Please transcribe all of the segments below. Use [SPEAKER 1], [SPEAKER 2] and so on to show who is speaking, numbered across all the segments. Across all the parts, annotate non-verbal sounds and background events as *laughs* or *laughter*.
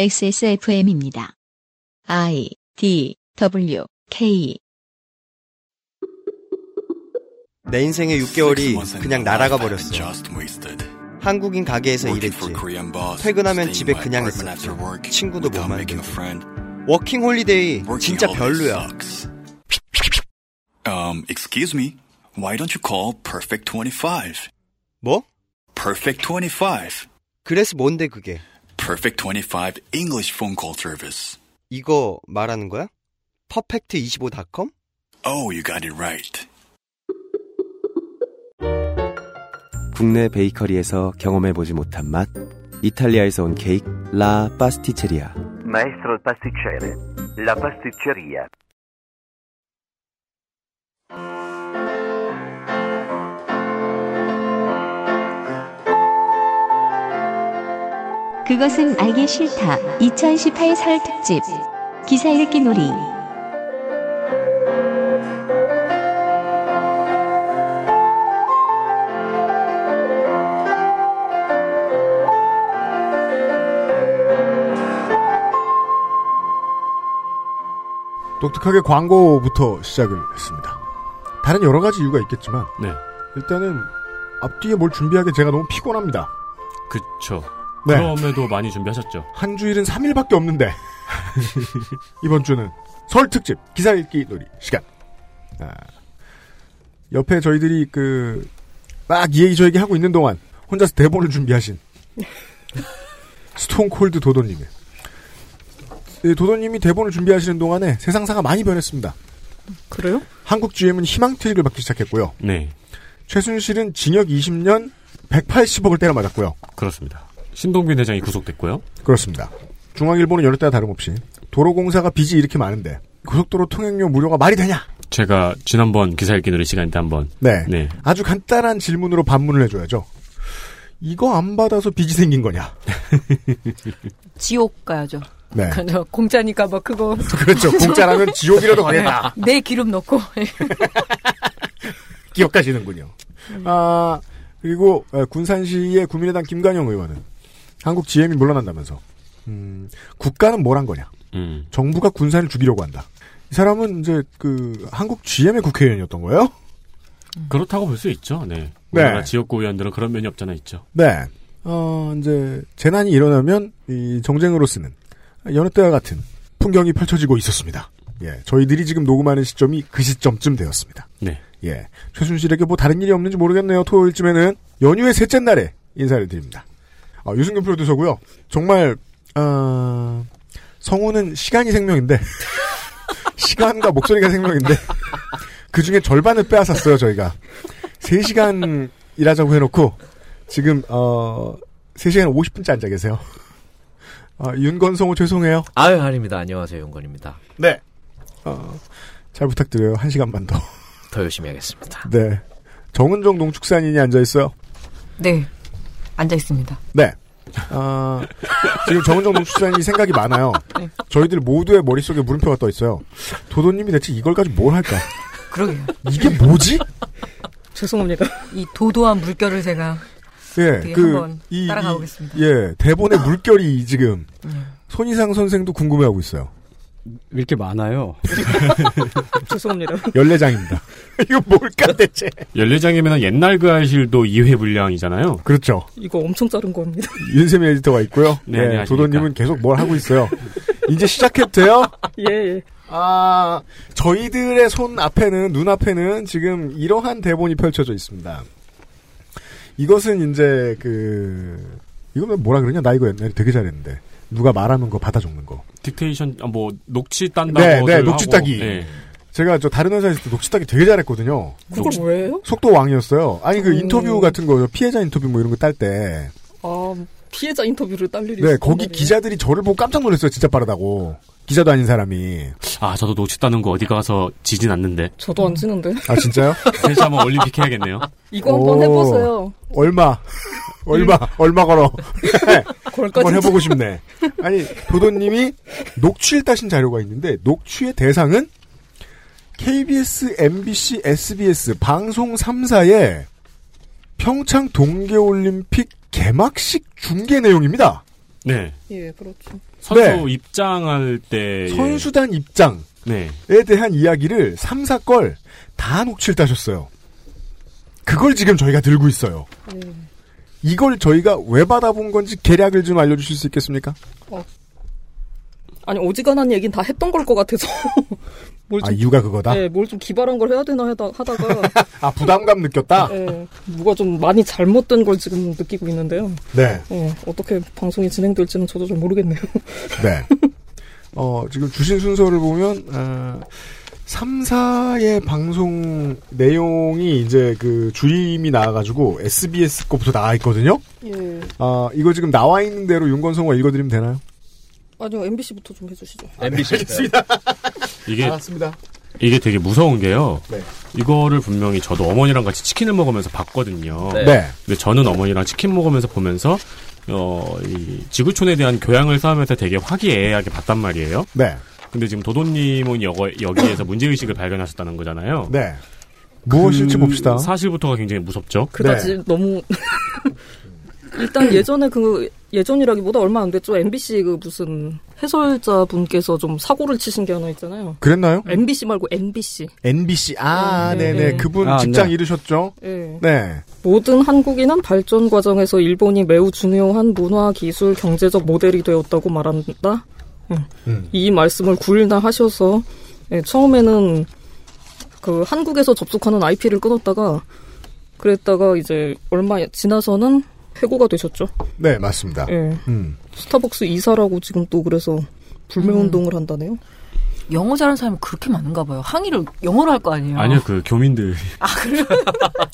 [SPEAKER 1] XSFM입니다. I D W K
[SPEAKER 2] 내 인생의 6개월이 그냥 날아가 버렸어. 한국인 가게에서 일했지. 퇴근하면 집에 그냥 있었지. 친구도 못 만들고. 워킹 홀리데이 진짜 별로야.
[SPEAKER 3] Um, excuse me. Why don't you call Perfect 25?
[SPEAKER 2] 뭐?
[SPEAKER 3] Perfect 25.
[SPEAKER 2] 그래서 뭔데 그게?
[SPEAKER 3] Perfect 25 English phone call service.
[SPEAKER 2] 이거 말하는 거야? 퍼펙트25.com?
[SPEAKER 3] Oh, you got it right.
[SPEAKER 4] 국내 베이커리에서 경험해보지 못한 맛 이탈리아에서 온 케이크 라 파스티체리아
[SPEAKER 5] Maestro il pasticcere. La pasticceria.
[SPEAKER 6] 그것은 알기 싫다. 2018 설 특집 기사 읽기 놀이.
[SPEAKER 7] 독특하게 광고부터 시작을 했습니다. 다른 여러 가지 이유가 있겠지만
[SPEAKER 8] 네.
[SPEAKER 7] 일단은 앞뒤에 뭘 준비하기 제가 너무 피곤합니다.
[SPEAKER 8] 그쵸.
[SPEAKER 7] 네.
[SPEAKER 8] 그럼에도 많이 준비하셨죠.
[SPEAKER 7] 한 주일은 3일밖에 없는데 *laughs* 이번 주는 설 특집 기사 읽기 놀이 시간. 아, 옆에 저희들이 그 막 이 얘기 저 얘기 하고 있는 동안 혼자서 대본을 준비하신 *laughs* 스톤콜드 도도님의 예, 도도님이 대본을 준비하시는 동안에 세상사가 많이 변했습니다.
[SPEAKER 9] 그래요?
[SPEAKER 7] 한국 GM은 희망퇴직을 받기 시작했고요.
[SPEAKER 8] 네.
[SPEAKER 7] 최순실은 징역 20년 180억을 때려 맞았고요.
[SPEAKER 8] 그렇습니다. 신동빈 회장이 구속됐고요.
[SPEAKER 7] 그렇습니다. 중앙일보는 여느 때나 다름없이 도로공사가 빚이 이렇게 많은데 고속도로 통행료 무료가 말이 되냐?
[SPEAKER 8] 제가 지난번 기사 읽기 놀이 시간 때 한번
[SPEAKER 7] 네.
[SPEAKER 8] 네.
[SPEAKER 7] 아주 간단한 질문으로 반문을 해줘야죠. 이거 안 받아서 빚이 생긴 거냐?
[SPEAKER 9] 지옥
[SPEAKER 10] *laughs*
[SPEAKER 9] 가야죠.
[SPEAKER 7] 네.
[SPEAKER 9] 그래서 공짜니까 막 그거
[SPEAKER 7] 그렇죠. 공짜라면 지옥이라도 가겠다.
[SPEAKER 9] 내 기름 넣고
[SPEAKER 7] 기억하시는군요. 아, 그리고 에, 군산시의 국민의당 김관영 의원은 한국 GM이 물러난다면서 음, 국가는 뭘 한 거냐?
[SPEAKER 8] 음.
[SPEAKER 7] 정부가 군산을 죽이려고 한다. 이 사람은 이제 그 한국 GM의 국회의원이었던 거예요?
[SPEAKER 8] 그렇다고 볼 수 있죠. 네.
[SPEAKER 7] 네.
[SPEAKER 8] 우리나라 지역구 의원들은 그런 면이 없잖아 있죠.
[SPEAKER 7] 네. 어 이제 재난이 일어나면 이 정쟁으로 쓰는 여느 때와 같은 풍경이 펼쳐지고 있었습니다. 예, 저희들이 지금 녹음하는 시점이 그 시점쯤 되었습니다.
[SPEAKER 8] 네.
[SPEAKER 7] 예, 최순실에게 뭐 다른 일이 없는지 모르겠네요. 토요일쯤에는 연휴의 셋째 날에 인사를 드립니다. 아, 유승균 프로듀서고요. 정말 아, 성우는 시간이 생명인데 *laughs* 시간과 목소리가 생명인데 그 중에 절반을 빼앗았어요 저희가. 3시간 일하자고 해놓고 지금 어 3시간 50분째 앉아 계세요. 아, 윤건 성우 죄송해요.
[SPEAKER 5] 아유, 아닙니다. 안녕하세요. 용건입니다.
[SPEAKER 7] 네. 어, 잘 부탁드려요. 1시간만 더.
[SPEAKER 5] 더 열심히 하겠습니다.
[SPEAKER 7] 네. 정은정 농축산인이 앉아 있어요.
[SPEAKER 9] *laughs* 네 앉아 있습니다.
[SPEAKER 7] 네. 아, 지금 정은정 농축산인이 생각이 많아요. 저희들 모두의 머릿속에 물음표가 떠 있어요. 도도님이 대체 이걸까지 뭘 할까?
[SPEAKER 9] 그러게요.
[SPEAKER 7] 이게 뭐지?
[SPEAKER 10] 죄송합니다.
[SPEAKER 9] 이 도도한 물결을 제가
[SPEAKER 7] 예,
[SPEAKER 9] 어떻게 한번 따라가 보겠습니다. 음.
[SPEAKER 7] 예, 대본의 물결이 지금 손희상 선생도 궁금해하고 있어요.
[SPEAKER 11] 왜 이렇게 많아요?
[SPEAKER 10] 죄송합니다.
[SPEAKER 7] 14장입니다. *laughs* 이거 뭘까 대체?
[SPEAKER 8] 연례장이면 옛날 그 아실도 2회 분량이잖아요.
[SPEAKER 7] 그렇죠.
[SPEAKER 10] 이거 엄청 자른 겁니다.
[SPEAKER 7] *laughs* 윤세미 에디터가 있고요.
[SPEAKER 8] 네,
[SPEAKER 7] 예,
[SPEAKER 8] 안녕하십니까.
[SPEAKER 7] 도도님은 계속 뭘 하고 있어요. 이제 시작해도 돼요?
[SPEAKER 10] *laughs* 예, 예.
[SPEAKER 7] 아, 저희들의 손 앞에는, 눈 앞에는 지금 이러한 대본이 펼쳐져 있습니다. 이것은 이제 그, 이거는 뭐라 그러냐? 나 이거 옛날에 되게 잘했는데. 누가 말하는 거 받아 적는 거.
[SPEAKER 8] 딕테이션 아, 뭐 녹취 딴다고 뭐
[SPEAKER 7] 네, 네,
[SPEAKER 8] 하고,
[SPEAKER 7] 녹취 따기.
[SPEAKER 8] 네.
[SPEAKER 7] 제가 저 다른 회사에서 도 녹취 따기 되게 잘했거든요.
[SPEAKER 10] 그거
[SPEAKER 9] 네.
[SPEAKER 10] 뭐예요?
[SPEAKER 7] 속도 왕이었어요. 아니 그
[SPEAKER 10] 음.
[SPEAKER 7] 인터뷰 같은 거 피해자 인터뷰 뭐 이런 거 딸 때
[SPEAKER 10] 아, 피해자 인터뷰를 딸 일이
[SPEAKER 7] 네,
[SPEAKER 10] 있었단
[SPEAKER 7] 거기
[SPEAKER 10] 말이에요.
[SPEAKER 7] 기자들이 저를 보고 깜짝 놀랐어요. 진짜 빠르다고. 기자도 아닌 사람이.
[SPEAKER 8] 아, 저도 녹취 따는 거 어디 가서 지진 않는데.
[SPEAKER 10] 저도 안 지는데. *laughs*
[SPEAKER 7] 아, 진짜요?
[SPEAKER 8] 다시 한번 네. 올림픽 해야겠네요.
[SPEAKER 10] 이거
[SPEAKER 7] 오.
[SPEAKER 10] 한번 해보세요.
[SPEAKER 7] 얼마? 얼마? 얼마 걸어? 한번
[SPEAKER 10] 그걸까지
[SPEAKER 7] 해보고 싶네. 아니, 도도님이 녹취를 따신 자료가 있는데, 녹취의 대상은 KBS, MBC, SBS 방송 3사의 평창 동계올림픽 개막식 중계 내용입니다.
[SPEAKER 8] 네.
[SPEAKER 10] 예, 그렇죠.
[SPEAKER 8] 선수 입장할 때
[SPEAKER 7] 선수단 입장에
[SPEAKER 8] 네.
[SPEAKER 7] 대한 이야기를 3, 4걸 다 녹취를 따셨어요. 그걸 지금 저희가 들고 있어요.
[SPEAKER 10] 네.
[SPEAKER 7] 이걸 저희가 왜 받아본 건지 계략을 좀 알려주실 수 있겠습니까?
[SPEAKER 10] 어. 아니 어지간한 얘기는 다 했던 걸 것 같아서 뭘
[SPEAKER 7] 아, 이유가
[SPEAKER 10] *laughs*
[SPEAKER 7] 그거다?
[SPEAKER 10] 네, 뭘 좀 기발한 걸 해야 되나 하다, 하다가
[SPEAKER 7] *laughs* 아, 부담감 느꼈다?
[SPEAKER 10] 네, 뭐가 좀 많이 잘못된 걸 지금 느끼고 있는데요.
[SPEAKER 7] 네.
[SPEAKER 10] 네, 어떻게 방송이 진행될지는 저도 잘 모르겠네요.
[SPEAKER 7] 네. 어, 지금 주신 순서를 보면, 어, 3, 4의 방송 내용이 이제 그 주임이 나와가지고 SBS 거부터 나와 있거든요?
[SPEAKER 10] 예.
[SPEAKER 7] 아, 이거 지금 나와 있는 대로 윤건성과 읽어드리면 되나요?
[SPEAKER 10] 아니요, MBC부터 좀 해주시죠. 아,
[SPEAKER 7] MBC. 알겠습니다.
[SPEAKER 8] 이게
[SPEAKER 7] 알았습니다.
[SPEAKER 8] 이게 되게 무서운 게요.
[SPEAKER 7] 네.
[SPEAKER 8] 이거를 분명히 저도 어머니랑 같이 치킨을 먹으면서 봤거든요.
[SPEAKER 7] 네. 네.
[SPEAKER 8] 근데 저는 어머니랑 치킨 먹으면서 보면서 어, 이 지구촌에 대한 교양을 쌓으면서 되게 화기애애하게 봤단 말이에요.
[SPEAKER 7] 네.
[SPEAKER 8] 근데 지금 도도님은 여거, 여기에서 문제의식을 발견하셨다는 거잖아요. 음,
[SPEAKER 7] 네. 무엇일지
[SPEAKER 10] 그
[SPEAKER 7] 봅시다.
[SPEAKER 8] 사실부터가 굉장히 무섭죠.
[SPEAKER 10] 그다지 너무 *laughs* 일단 예전에 그 예전이라기보다 얼마 안 됐죠. MBC 그 무슨 해설자 분께서 좀 사고를 치신 게 하나 있잖아요.
[SPEAKER 7] 그랬나요?
[SPEAKER 10] MBC 말고 NBC.
[SPEAKER 7] NBC. 아,
[SPEAKER 10] 네,
[SPEAKER 7] 네,
[SPEAKER 10] 네.
[SPEAKER 7] 네. 그분
[SPEAKER 10] 아,
[SPEAKER 7] 직장
[SPEAKER 10] 네.
[SPEAKER 7] 잃으셨죠?
[SPEAKER 10] 예.
[SPEAKER 7] 네.
[SPEAKER 10] 모든 한국인은 발전 과정에서 일본이 매우 중요한 문화, 기술, 경제적 모델이 되었다고 말한다. 음.
[SPEAKER 12] 음.
[SPEAKER 10] 이 말씀을 9일날 하셔서 예, 처음에는 그 한국에서 접속하는 IP를 끊었다가 그랬다가 이제 얼마 지나서는 해고가 되셨죠.
[SPEAKER 7] 네, 맞습니다.
[SPEAKER 10] 예.
[SPEAKER 7] 음.
[SPEAKER 10] 스타벅스 이사라고 지금 또 그래서 불매운동을 한다네요.
[SPEAKER 9] 음. 영어 잘하는 사람이 그렇게 많은가 봐요. 항의를 영어로 할 거 아니에요.
[SPEAKER 8] 아니요, 그 교민들.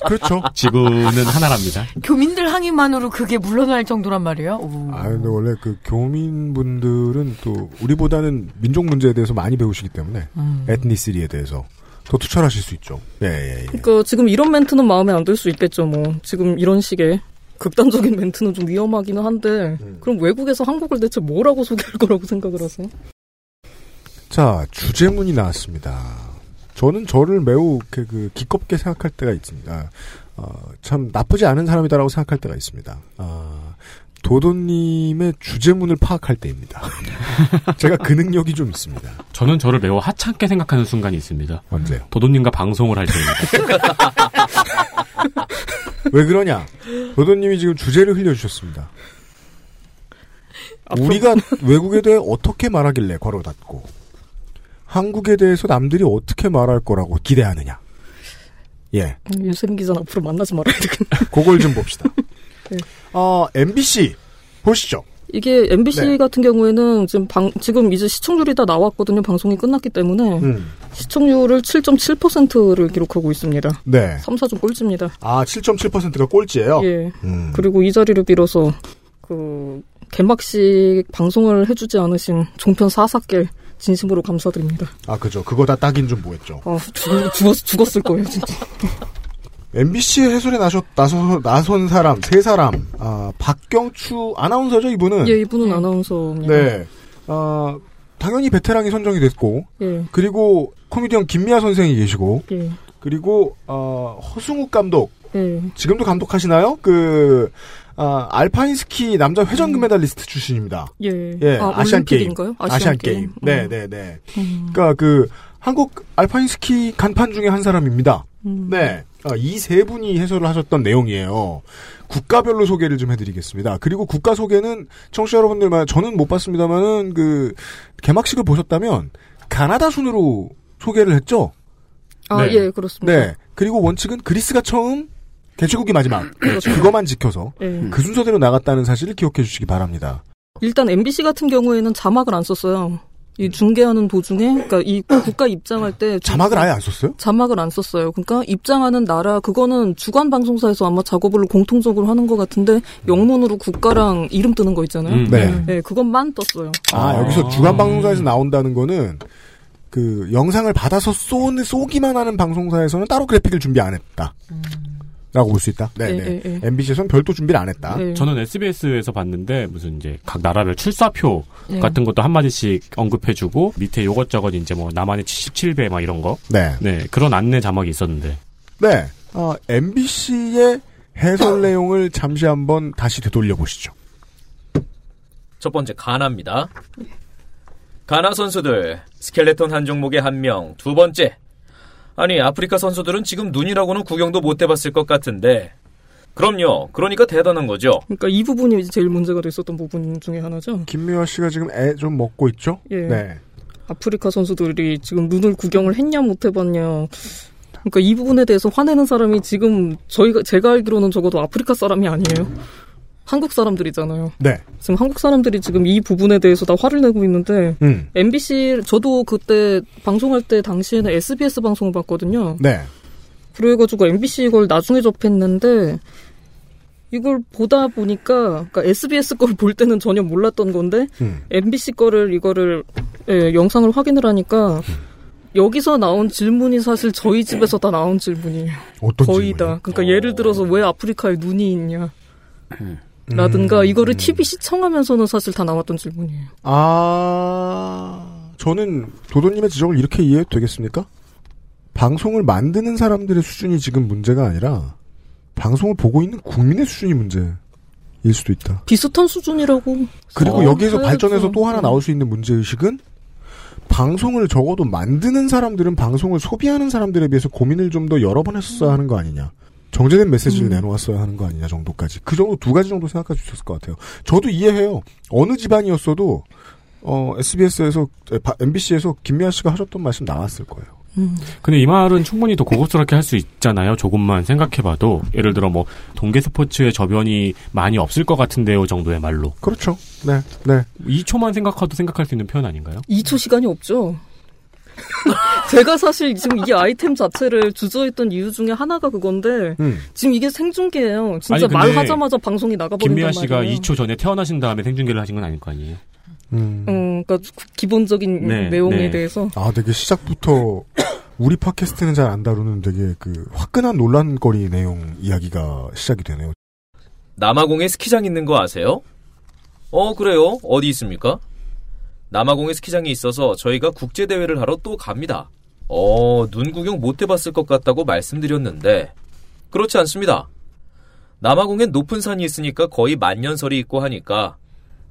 [SPEAKER 7] 그렇죠. *laughs*
[SPEAKER 8] 지구는 하나랍니다.
[SPEAKER 9] 교민들 항의만으로 그게 물러날 정도란 말이에요.
[SPEAKER 10] 음.
[SPEAKER 9] 오.
[SPEAKER 7] 아, 근데 원래 그 교민분들은 또 우리보다는 민족 문제에 대해서 많이 배우시기 때문에
[SPEAKER 9] 음.
[SPEAKER 10] 음.
[SPEAKER 7] 에트니시리에 대해서 더 투철하실 수 있죠. 예, 예, 예.
[SPEAKER 10] 그러니까 지금 이런 멘트는 마음에 안 들 수 있겠죠. 뭐 지금 이런 식의 극단적인 멘트는 좀 위험하기는 한데 그럼 외국에서 한국을 대체 뭐라고 소개할 거라고 생각을 하세요?
[SPEAKER 7] 자, 주제문이 나왔습니다. 저는 저를 매우 이렇게 그 기껍게 생각할 때가 있습니다. 어, 참 나쁘지 않은 사람이다라고 생각할 때가 있습니다. 아, 도도님의 주제문을 파악할 때입니다. *laughs* 제가 그 능력이 좀 있습니다.
[SPEAKER 8] 저는 저를 매우 하찮게 생각하는 순간이 있습니다.
[SPEAKER 7] 언제요?
[SPEAKER 8] 도도님과 방송을 할 때입니다.
[SPEAKER 7] 왜 그러냐? 도도님이 지금 주제를 흘려주셨습니다. 우리가 외국에 대해 어떻게 말하길래 괄호 닫고 한국에 대해서 남들이 어떻게 말할 거라고 기대하느냐? 예,
[SPEAKER 10] 유승 기자는 앞으로 만나지 말아야 되겠네.
[SPEAKER 7] 그걸 좀 봅시다.
[SPEAKER 10] 네.
[SPEAKER 7] 어, MBC 보시죠.
[SPEAKER 10] 이게 MBC
[SPEAKER 7] 네.
[SPEAKER 10] 같은 경우에는 지금 방, 지금 이제 시청률이 다 나왔거든요. 방송이 끝났기 때문에
[SPEAKER 7] 음.
[SPEAKER 10] 시청률을 7.7%를 기록하고 있습니다.
[SPEAKER 7] 네.
[SPEAKER 10] 3, 4좀 꼴찌입니다.
[SPEAKER 7] 아, 7.7%가 꼴찌예요.
[SPEAKER 10] 예.
[SPEAKER 7] 음.
[SPEAKER 10] 그리고 이 자리를 빌어서 그 개막식 방송을 해주지 않으신 종편 사사길 진심으로 감사드립니다.
[SPEAKER 7] 아, 그죠. 그거 다 딱인 줄 모였죠.
[SPEAKER 10] 아, 죽, 죽었, 죽었을 거예요, 진짜.
[SPEAKER 7] *laughs* MBC 해설에 나서 나서 나선 사람 세 사람. 아, 박경추 아나운서죠, 이분은.
[SPEAKER 10] 예, 이분은 아나운서입니다.
[SPEAKER 7] 네. 아, 당연히 베테랑이 선정이 됐고
[SPEAKER 10] 예.
[SPEAKER 7] 그리고 코미디언 김미아 선생이 계시고
[SPEAKER 10] 예.
[SPEAKER 7] 그리고 어, 허승욱 감독
[SPEAKER 10] 예.
[SPEAKER 7] 지금도 감독하시나요? 그 아, 알파인스키 남자 회전 금메달리스트 출신입니다.
[SPEAKER 10] 예.
[SPEAKER 7] 예,
[SPEAKER 10] 아,
[SPEAKER 7] 아, 시안 게임.
[SPEAKER 10] 올림픽인가요? 음. 아시안
[SPEAKER 7] 아시안 게임.
[SPEAKER 10] 게임.
[SPEAKER 7] 네,
[SPEAKER 10] 음.
[SPEAKER 7] 네, 네.
[SPEAKER 10] 음.
[SPEAKER 7] 그러니까 그 한국 알파인스키 간판 중에 한 사람입니다.
[SPEAKER 10] 음.
[SPEAKER 7] 네. 이 세 분이 해설을 하셨던 내용이에요. 국가별로 소개를 좀 해드리겠습니다. 그리고 국가 소개는 청취자 여러분들만 저는 못 봤습니다만은 그 개막식을 보셨다면 가나다 순으로 소개를 했죠.
[SPEAKER 10] 아, 네. 예, 그렇습니다.
[SPEAKER 7] 네. 그리고 원칙은 그리스가 처음, 개최국이 마지막.
[SPEAKER 10] *clears throat* 그렇죠.
[SPEAKER 7] 그것만 지켜서
[SPEAKER 10] 네.
[SPEAKER 7] 그 순서대로 나갔다는 사실을 기억해 주시기 바랍니다.
[SPEAKER 10] 일단 MBC 같은 경우에는 자막을 안 썼어요. 이 중계하는 도중에, 그러니까 이 국가 입장할 때
[SPEAKER 7] 자막을 아예 안 썼어요?
[SPEAKER 10] 자막을 안 썼어요. 그러니까 입장하는 나라 그거는 주간 방송사에서 아마 작업을 공통적으로 하는 것 같은데 영문으로 국가랑 이름 뜨는 거 있잖아요. 예,
[SPEAKER 7] 음, 네.
[SPEAKER 10] 그것만 떴어요.
[SPEAKER 7] 아, 여기서 주간 방송사에서 나온다는 거는 그 영상을 받아서 쏘는 쏘기만 하는 방송사에서는 따로 그래픽을 준비 안 했다. 라고 볼 수 있다. 네,
[SPEAKER 8] 예,
[SPEAKER 7] 네.
[SPEAKER 8] 예, 예.
[SPEAKER 7] MBC에서는 별도 준비를 안 했다.
[SPEAKER 8] 아,
[SPEAKER 10] 예. 네.
[SPEAKER 8] 저는 SBS에서 봤는데 무슨 이제 각 나라별 출사표
[SPEAKER 7] 네.
[SPEAKER 8] 같은 것도 한 마디씩 언급해주고 밑에 요것저것 이제 뭐 나만의 77배 막 이런 거.
[SPEAKER 7] 네.
[SPEAKER 8] 그런 안내 자막이 있었는데.
[SPEAKER 7] 네. MBC의 해설 내용을 잠시 한번 다시 되돌려 보시죠.
[SPEAKER 12] 첫 번째 가나입니다. 가나 선수들 스켈레톤 한 종목에 한 명. 두 번째 아니 아프리카 선수들은 지금 눈이라고는 구경도 못 해봤을 것 같은데 그럼요. 그러니까 대단한 거죠.
[SPEAKER 10] 그러니까 이 부분이 이제 제일 문제가 됐었던 부분 중에 하나죠.
[SPEAKER 7] 김미화 씨가 지금 애 좀 먹고 있죠?
[SPEAKER 10] 예.
[SPEAKER 7] 네.
[SPEAKER 10] 아프리카 선수들이 지금 눈을 구경을 했냐 못 해봤냐. 그러니까 이 부분에 대해서 화내는 사람이 지금 저희가 제가 알기로는 적어도 아프리카 사람이 아니에요. 한국 사람들이잖아요.
[SPEAKER 7] 네.
[SPEAKER 10] 지금 한국 사람들이 지금 이 부분에 대해서 다 화를 내고 있는데
[SPEAKER 7] 음.
[SPEAKER 10] MBC 저도 그때 방송할 때 당시에는 SBS 방송을 봤거든요.
[SPEAKER 7] 네.
[SPEAKER 10] 그래가지고 MBC 이걸 나중에 접했는데 이걸 보다 보니까 그러니까 SBS 걸 볼 때는 전혀 몰랐던 건데
[SPEAKER 7] 음.
[SPEAKER 10] MBC 거를 이거를 예, 영상을 확인을 하니까 여기서 나온 질문이 사실 저희 집에서 다 나온 질문이에요.
[SPEAKER 7] 어떤
[SPEAKER 10] 거의 다. 그러니까 예를 들어서 음. 왜 아프리카에 눈이 있냐. 라든가 이거를 TV 시청하면서는 사실 다 나왔던 질문이에요.
[SPEAKER 7] 아, 저는 도도님의 지적을 이렇게 이해해도 되겠습니까? 방송을 만드는 사람들의 수준이 지금 문제가 아니라 방송을 보고 있는 국민의 수준이 문제일 수도 있다.
[SPEAKER 10] 비슷한 수준이라고.
[SPEAKER 7] 어, 그리고
[SPEAKER 10] 생각을
[SPEAKER 7] 여기에서
[SPEAKER 10] 해야죠.
[SPEAKER 7] 발전해서 또 하나 나올 수 있는 문제의식은 방송을 적어도 만드는 사람들은 방송을 소비하는 사람들에 비해서 고민을 좀 더 여러 번 했어야 하는 거 아니냐. 정제된 메시지를 내놓았어야 하는 거 아니냐 정도까지. 그 정도 두 가지 정도 생각할 수 있었을 것 같아요. 저도 이해해요. 어느 집안이었어도 SBS에서 MBC에서 김미아 씨가 하셨던 말씀 나왔을 거예요.
[SPEAKER 8] 근데 이 말은 충분히 더 고급스럽게 할 수 있잖아요. 조금만 생각해봐도 예를 들어 뭐 동계 스포츠의 저변이 많이 없을 것 같은데요 정도의 말로.
[SPEAKER 7] 그렇죠. 네, 네.
[SPEAKER 8] 2초만 생각해도 생각할 수 있는 표현 아닌가요?
[SPEAKER 10] 2초 시간이 없죠. *laughs* 제가 사실 지금 이 아이템 자체를 주저했던 이유 중에 하나가 그건데
[SPEAKER 8] 음.
[SPEAKER 10] 지금 이게 생중계예요. 진짜
[SPEAKER 8] 아니, 근데
[SPEAKER 10] 말하자마자 방송이 나가버린단
[SPEAKER 8] 김미아
[SPEAKER 10] 어, 말이에요.
[SPEAKER 8] 씨가 2초 전에 태어나신 다음에 생중계를 하신 건 아닐 거 아니에요?
[SPEAKER 10] 음, 그러니까 구- 기본적인
[SPEAKER 8] 네,
[SPEAKER 10] 내용에
[SPEAKER 8] 네.
[SPEAKER 10] 대해서
[SPEAKER 7] 아, 되게 시작부터 우리 팟캐스트는 잘 안 다루는 되게 그 화끈한 논란거리 내용 이야기가 시작이 되네요.
[SPEAKER 12] 남아공에 스키장 있는 거 아세요? 어, 그래요. 어디 있습니까? 남아공에 스키장이 있어서 저희가 국제대회를 하러 또 갑니다. 어, 눈 구경 못 해봤을 것 같다고 말씀드렸는데, 그렇지 않습니다. 남아공엔 높은 산이 있으니까 거의 만년설이 있고 하니까,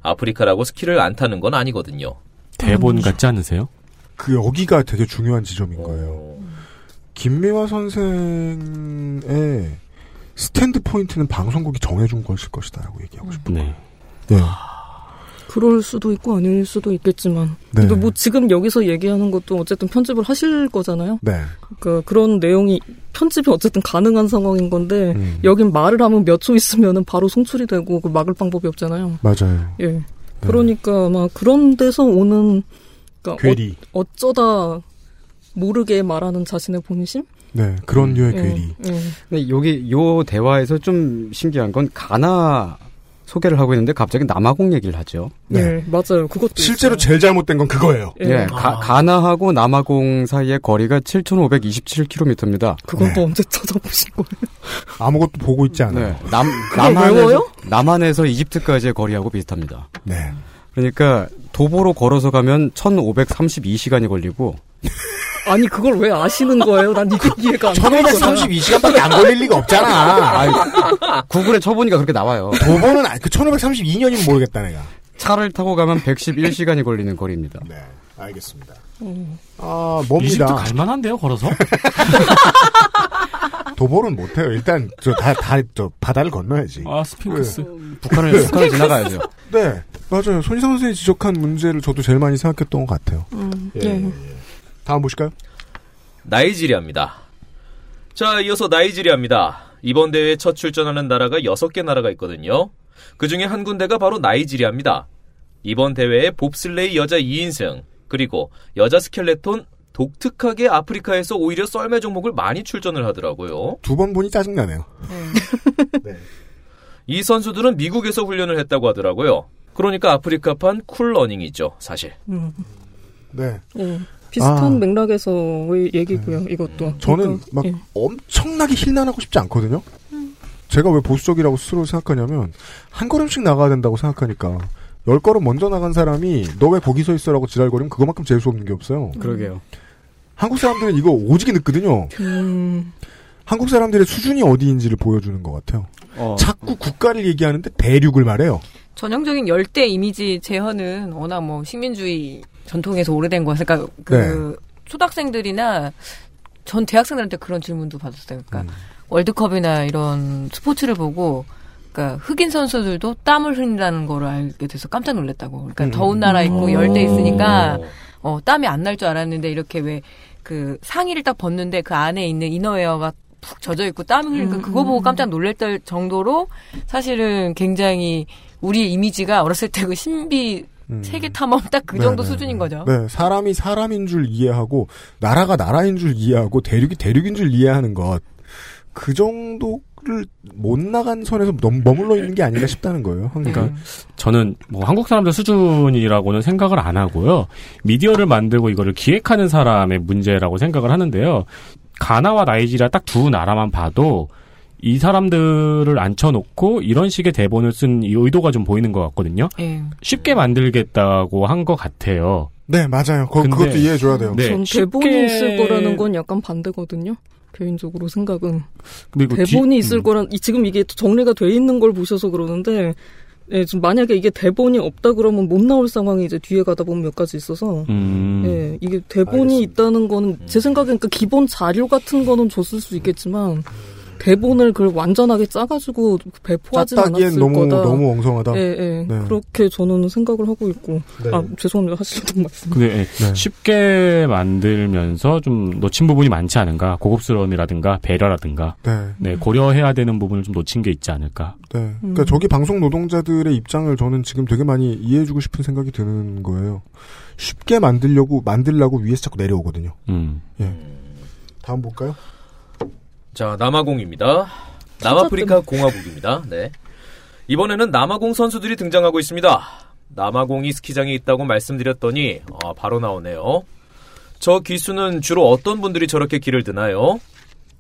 [SPEAKER 12] 아프리카라고 스키를 안 타는 건 아니거든요.
[SPEAKER 8] 대본 같지 않으세요?
[SPEAKER 7] 그 여기가 되게 중요한 지점인 거예요. 김미화 선생의 스탠드 포인트는 방송국이 정해준 것일 것이다라고
[SPEAKER 10] 음.
[SPEAKER 7] 얘기하고 싶어요.
[SPEAKER 8] 네.
[SPEAKER 7] 네.
[SPEAKER 10] 아, 그럴 수도 있고 아닐 수도 있겠지만
[SPEAKER 7] 네.
[SPEAKER 10] 근데 뭐 지금 여기서 얘기하는 것도 어쨌든 편집을 하실 거잖아요.
[SPEAKER 7] 네.
[SPEAKER 10] 그러니까 그런 내용이 편집이 어쨌든 가능한 상황인 건데 여긴 말을 하면 몇 초 있으면은 바로 송출이 되고 그 막을 방법이 없잖아요.
[SPEAKER 7] 맞아요.
[SPEAKER 10] 예. 그러니까 아마 그런 데서 오는 그러니까
[SPEAKER 7] 괴리.
[SPEAKER 10] 어, 쩌다 모르게 말하는 자신의 본심?
[SPEAKER 7] 네, 그런 류의
[SPEAKER 10] 예,
[SPEAKER 7] 괴리.
[SPEAKER 10] 예.
[SPEAKER 11] 근데 여기 요 대화에서 좀 신기한 건 가나 소개를 하고 있는데 갑자기 남아공 얘기를 하죠.
[SPEAKER 10] 네, 맞아요. 그것도
[SPEAKER 7] 실제로 제일 잘못된 건 그거예요.
[SPEAKER 11] 예, 가, 가나하고 남아공 사이의 거리가 7,527km입니다.
[SPEAKER 10] 그건 또 언제 찾아보신 거예요?
[SPEAKER 7] 아무것도 보고 있지 않아요.
[SPEAKER 4] 네.
[SPEAKER 11] 남
[SPEAKER 10] 그걸
[SPEAKER 11] 남한에서
[SPEAKER 10] 외워요?
[SPEAKER 11] 남한에서 이집트까지의 거리하고 비슷합니다.
[SPEAKER 7] 네.
[SPEAKER 11] 그러니까 도보로 걸어서 가면 1,532시간이 걸리고
[SPEAKER 10] 아니 그걸 왜 아시는 거예요? 난 이거 이해가 안 돼.
[SPEAKER 7] 아, 1532시간밖에 안 걸릴 리가 없잖아.
[SPEAKER 11] 구글에 쳐보니까 그렇게 나와요.
[SPEAKER 7] 도보는 아- 그 1532년이면 모르겠다 내가.
[SPEAKER 11] 차를 타고 가면 111시간이 걸리는 거리입니다.
[SPEAKER 7] 네, 알겠습니다.
[SPEAKER 10] 음.
[SPEAKER 7] 아, 뭡니다.
[SPEAKER 11] 이집트
[SPEAKER 8] 갈만한데요, 걸어서?
[SPEAKER 7] 도보는 못해요. 일단 저 다 다 저 바다를 건너야지.
[SPEAKER 8] 아, 스핑크스.
[SPEAKER 11] 북한을- 북한을 지나가야죠.
[SPEAKER 7] 네, 맞아요. 손희상 선생이 지적한 문제를 저도 제일 많이 생각했던 것 같아요. 예,
[SPEAKER 10] 음, 네.
[SPEAKER 7] 다음 보실까요?
[SPEAKER 12] 나이지리아입니다. 자, 이어서 나이지리아입니다. 이번 대회에 첫 출전하는 나라가 6개 나라가 있거든요. 그 중에 한 군데가 바로 나이지리아입니다. 이번 대회에 봅슬레이 여자 2인승, 그리고 여자 스켈레톤 독특하게 아프리카에서 오히려 썰매 종목을 많이 출전을 하더라고요.
[SPEAKER 7] 두 번 보니 짜증나네요.
[SPEAKER 12] 이 선수들은 미국에서 훈련을 했다고 하더라고요. 그러니까 아프리카판 쿨러닝이죠, 사실.
[SPEAKER 7] 네.
[SPEAKER 10] 예. 비슷한
[SPEAKER 7] 아.
[SPEAKER 10] 맥락에서의 얘기고요. 이것도.
[SPEAKER 7] 저는
[SPEAKER 10] 그러니까,
[SPEAKER 7] 막
[SPEAKER 10] 예. 음.
[SPEAKER 7] 엄청나게 힐난하고 싶지 않거든요. 제가 왜 보수적이라고 스스로 생각하냐면 한 걸음씩 나가야 된다고 생각하니까 열 걸음 먼저 나간 사람이 너 왜 거기 서 있어라고 지랄거리면 그거만큼
[SPEAKER 10] 음.
[SPEAKER 7] 재수 없는 게 없어요.
[SPEAKER 11] 그러게요.
[SPEAKER 10] 음.
[SPEAKER 7] 한국 사람들은 이거 오지게 늦거든요. 한국 사람들의 수준이 어디인지를 보여주는 것 같아요.
[SPEAKER 10] 어.
[SPEAKER 7] 자꾸 국가를 얘기하는데 대륙을 말해요.
[SPEAKER 9] 전형적인 열대 이미지 제현은 워낙 뭐 식민주의 전통에서 오래된 거라서 그러니까 그
[SPEAKER 13] 네.
[SPEAKER 9] 초등학생들이나 전 대학생들한테 그런 질문도 받았어요. 그러니까
[SPEAKER 13] 음.
[SPEAKER 9] 월드컵이나 이런 스포츠를 보고 그러니까 흑인 선수들도 땀을 흘린다는 거를 알게 돼서 깜짝 놀랐다고. 그러니까
[SPEAKER 13] 음.
[SPEAKER 9] 더운 나라 있고
[SPEAKER 13] 음.
[SPEAKER 9] 열대 있으니까
[SPEAKER 13] 오.
[SPEAKER 9] 어, 땀이 안 날 줄 알았는데 이렇게 왜 그 상의를 딱 벗는데 그 안에 있는 이너웨어가 푹 젖어 있고 땀이
[SPEAKER 10] 음,
[SPEAKER 9] 흘리니까 그거 보고 깜짝 놀랄 정도로 사실은 굉장히 우리 이미지가 어렸을 때 그 신비
[SPEAKER 7] 음.
[SPEAKER 9] 세계 탐험 딱 그 정도 수준인 거죠.
[SPEAKER 7] 네, 사람이 사람인 줄 이해하고 나라가 나라인 줄 이해하고 대륙이 대륙인 줄 이해하는 것. 그 정도를 못 나간 선에서 너무 머물러 있는 게 아닌가 싶다는 거예요. 한국은.
[SPEAKER 8] 그러니까 저는 뭐 한국 사람들 수준이라고는 생각을 안 하고요. 미디어를 만들고 이거를 기획하는 사람의 문제라고 생각을 하는데요. 가나와 나이지리아 딱 두 나라만 봐도 이 사람들을 앉혀놓고 이런 식의 대본을 쓴 이 의도가 좀 보이는 것 같거든요.
[SPEAKER 9] 예.
[SPEAKER 8] 쉽게 만들겠다고 한 것 같아요.
[SPEAKER 7] 네, 맞아요. 거-
[SPEAKER 8] 근데-
[SPEAKER 7] 그것도 이해해줘야 돼요.
[SPEAKER 8] 네,
[SPEAKER 10] 전 대본이
[SPEAKER 8] 쉽게-
[SPEAKER 10] 있을 거라는 건 약간 반대거든요. 개인적으로 생각은
[SPEAKER 8] 근데 이거 뒤-
[SPEAKER 10] 대본이 있을
[SPEAKER 8] 음.
[SPEAKER 10] 거란 이- 지금 이게 정리가 돼 있는 걸 보셔서 그러는데 예, 지금 만약에 이게 대본이 없다 그러면 못 나올 상황이 이제 뒤에 가다 보면 몇 가지 있어서
[SPEAKER 8] 음.
[SPEAKER 10] 예, 이게 대본이 있다는 거는 제 생각엔 그 기본 자료 같은 거는 줬을 수 있겠지만 대본을 그걸 완전하게 짜가지고 배포하진
[SPEAKER 7] 짰다기엔
[SPEAKER 10] 않았을
[SPEAKER 7] 너무-
[SPEAKER 10] 거다.
[SPEAKER 7] 너무 엉성하다.
[SPEAKER 10] 예, 예.
[SPEAKER 7] 네.
[SPEAKER 10] 그렇게 저는 생각을 하고 있고
[SPEAKER 7] 네.
[SPEAKER 10] 아 죄송합니다 하시던 말씀.
[SPEAKER 8] 근데 예, 쉽게 만들면서 좀 놓친 부분이 많지 않은가 고급스러움이라든가 배려라든가
[SPEAKER 7] 네.
[SPEAKER 10] 음.
[SPEAKER 8] 고려해야 되는 부분을 좀 놓친 게 있지 않을까
[SPEAKER 7] 네. 그러니까 저기 방송 노동자들의 입장을 저는 지금 되게 많이 이해해주고 싶은 생각이 드는 거예요. 쉽게 만들려고 만들라고 위에서 자꾸 내려오거든요.
[SPEAKER 8] 음.
[SPEAKER 7] 예. 다음 볼까요?
[SPEAKER 12] 자, 남아공입니다. 남아프리카 공화국입니다. 네. 이번에는 남아공 선수들이 등장하고 있습니다. 남아공이 스키장에 있다고 말씀드렸더니 아, 바로 나오네요. 저 기수는 주로 어떤 분들이 저렇게 길을 드나요?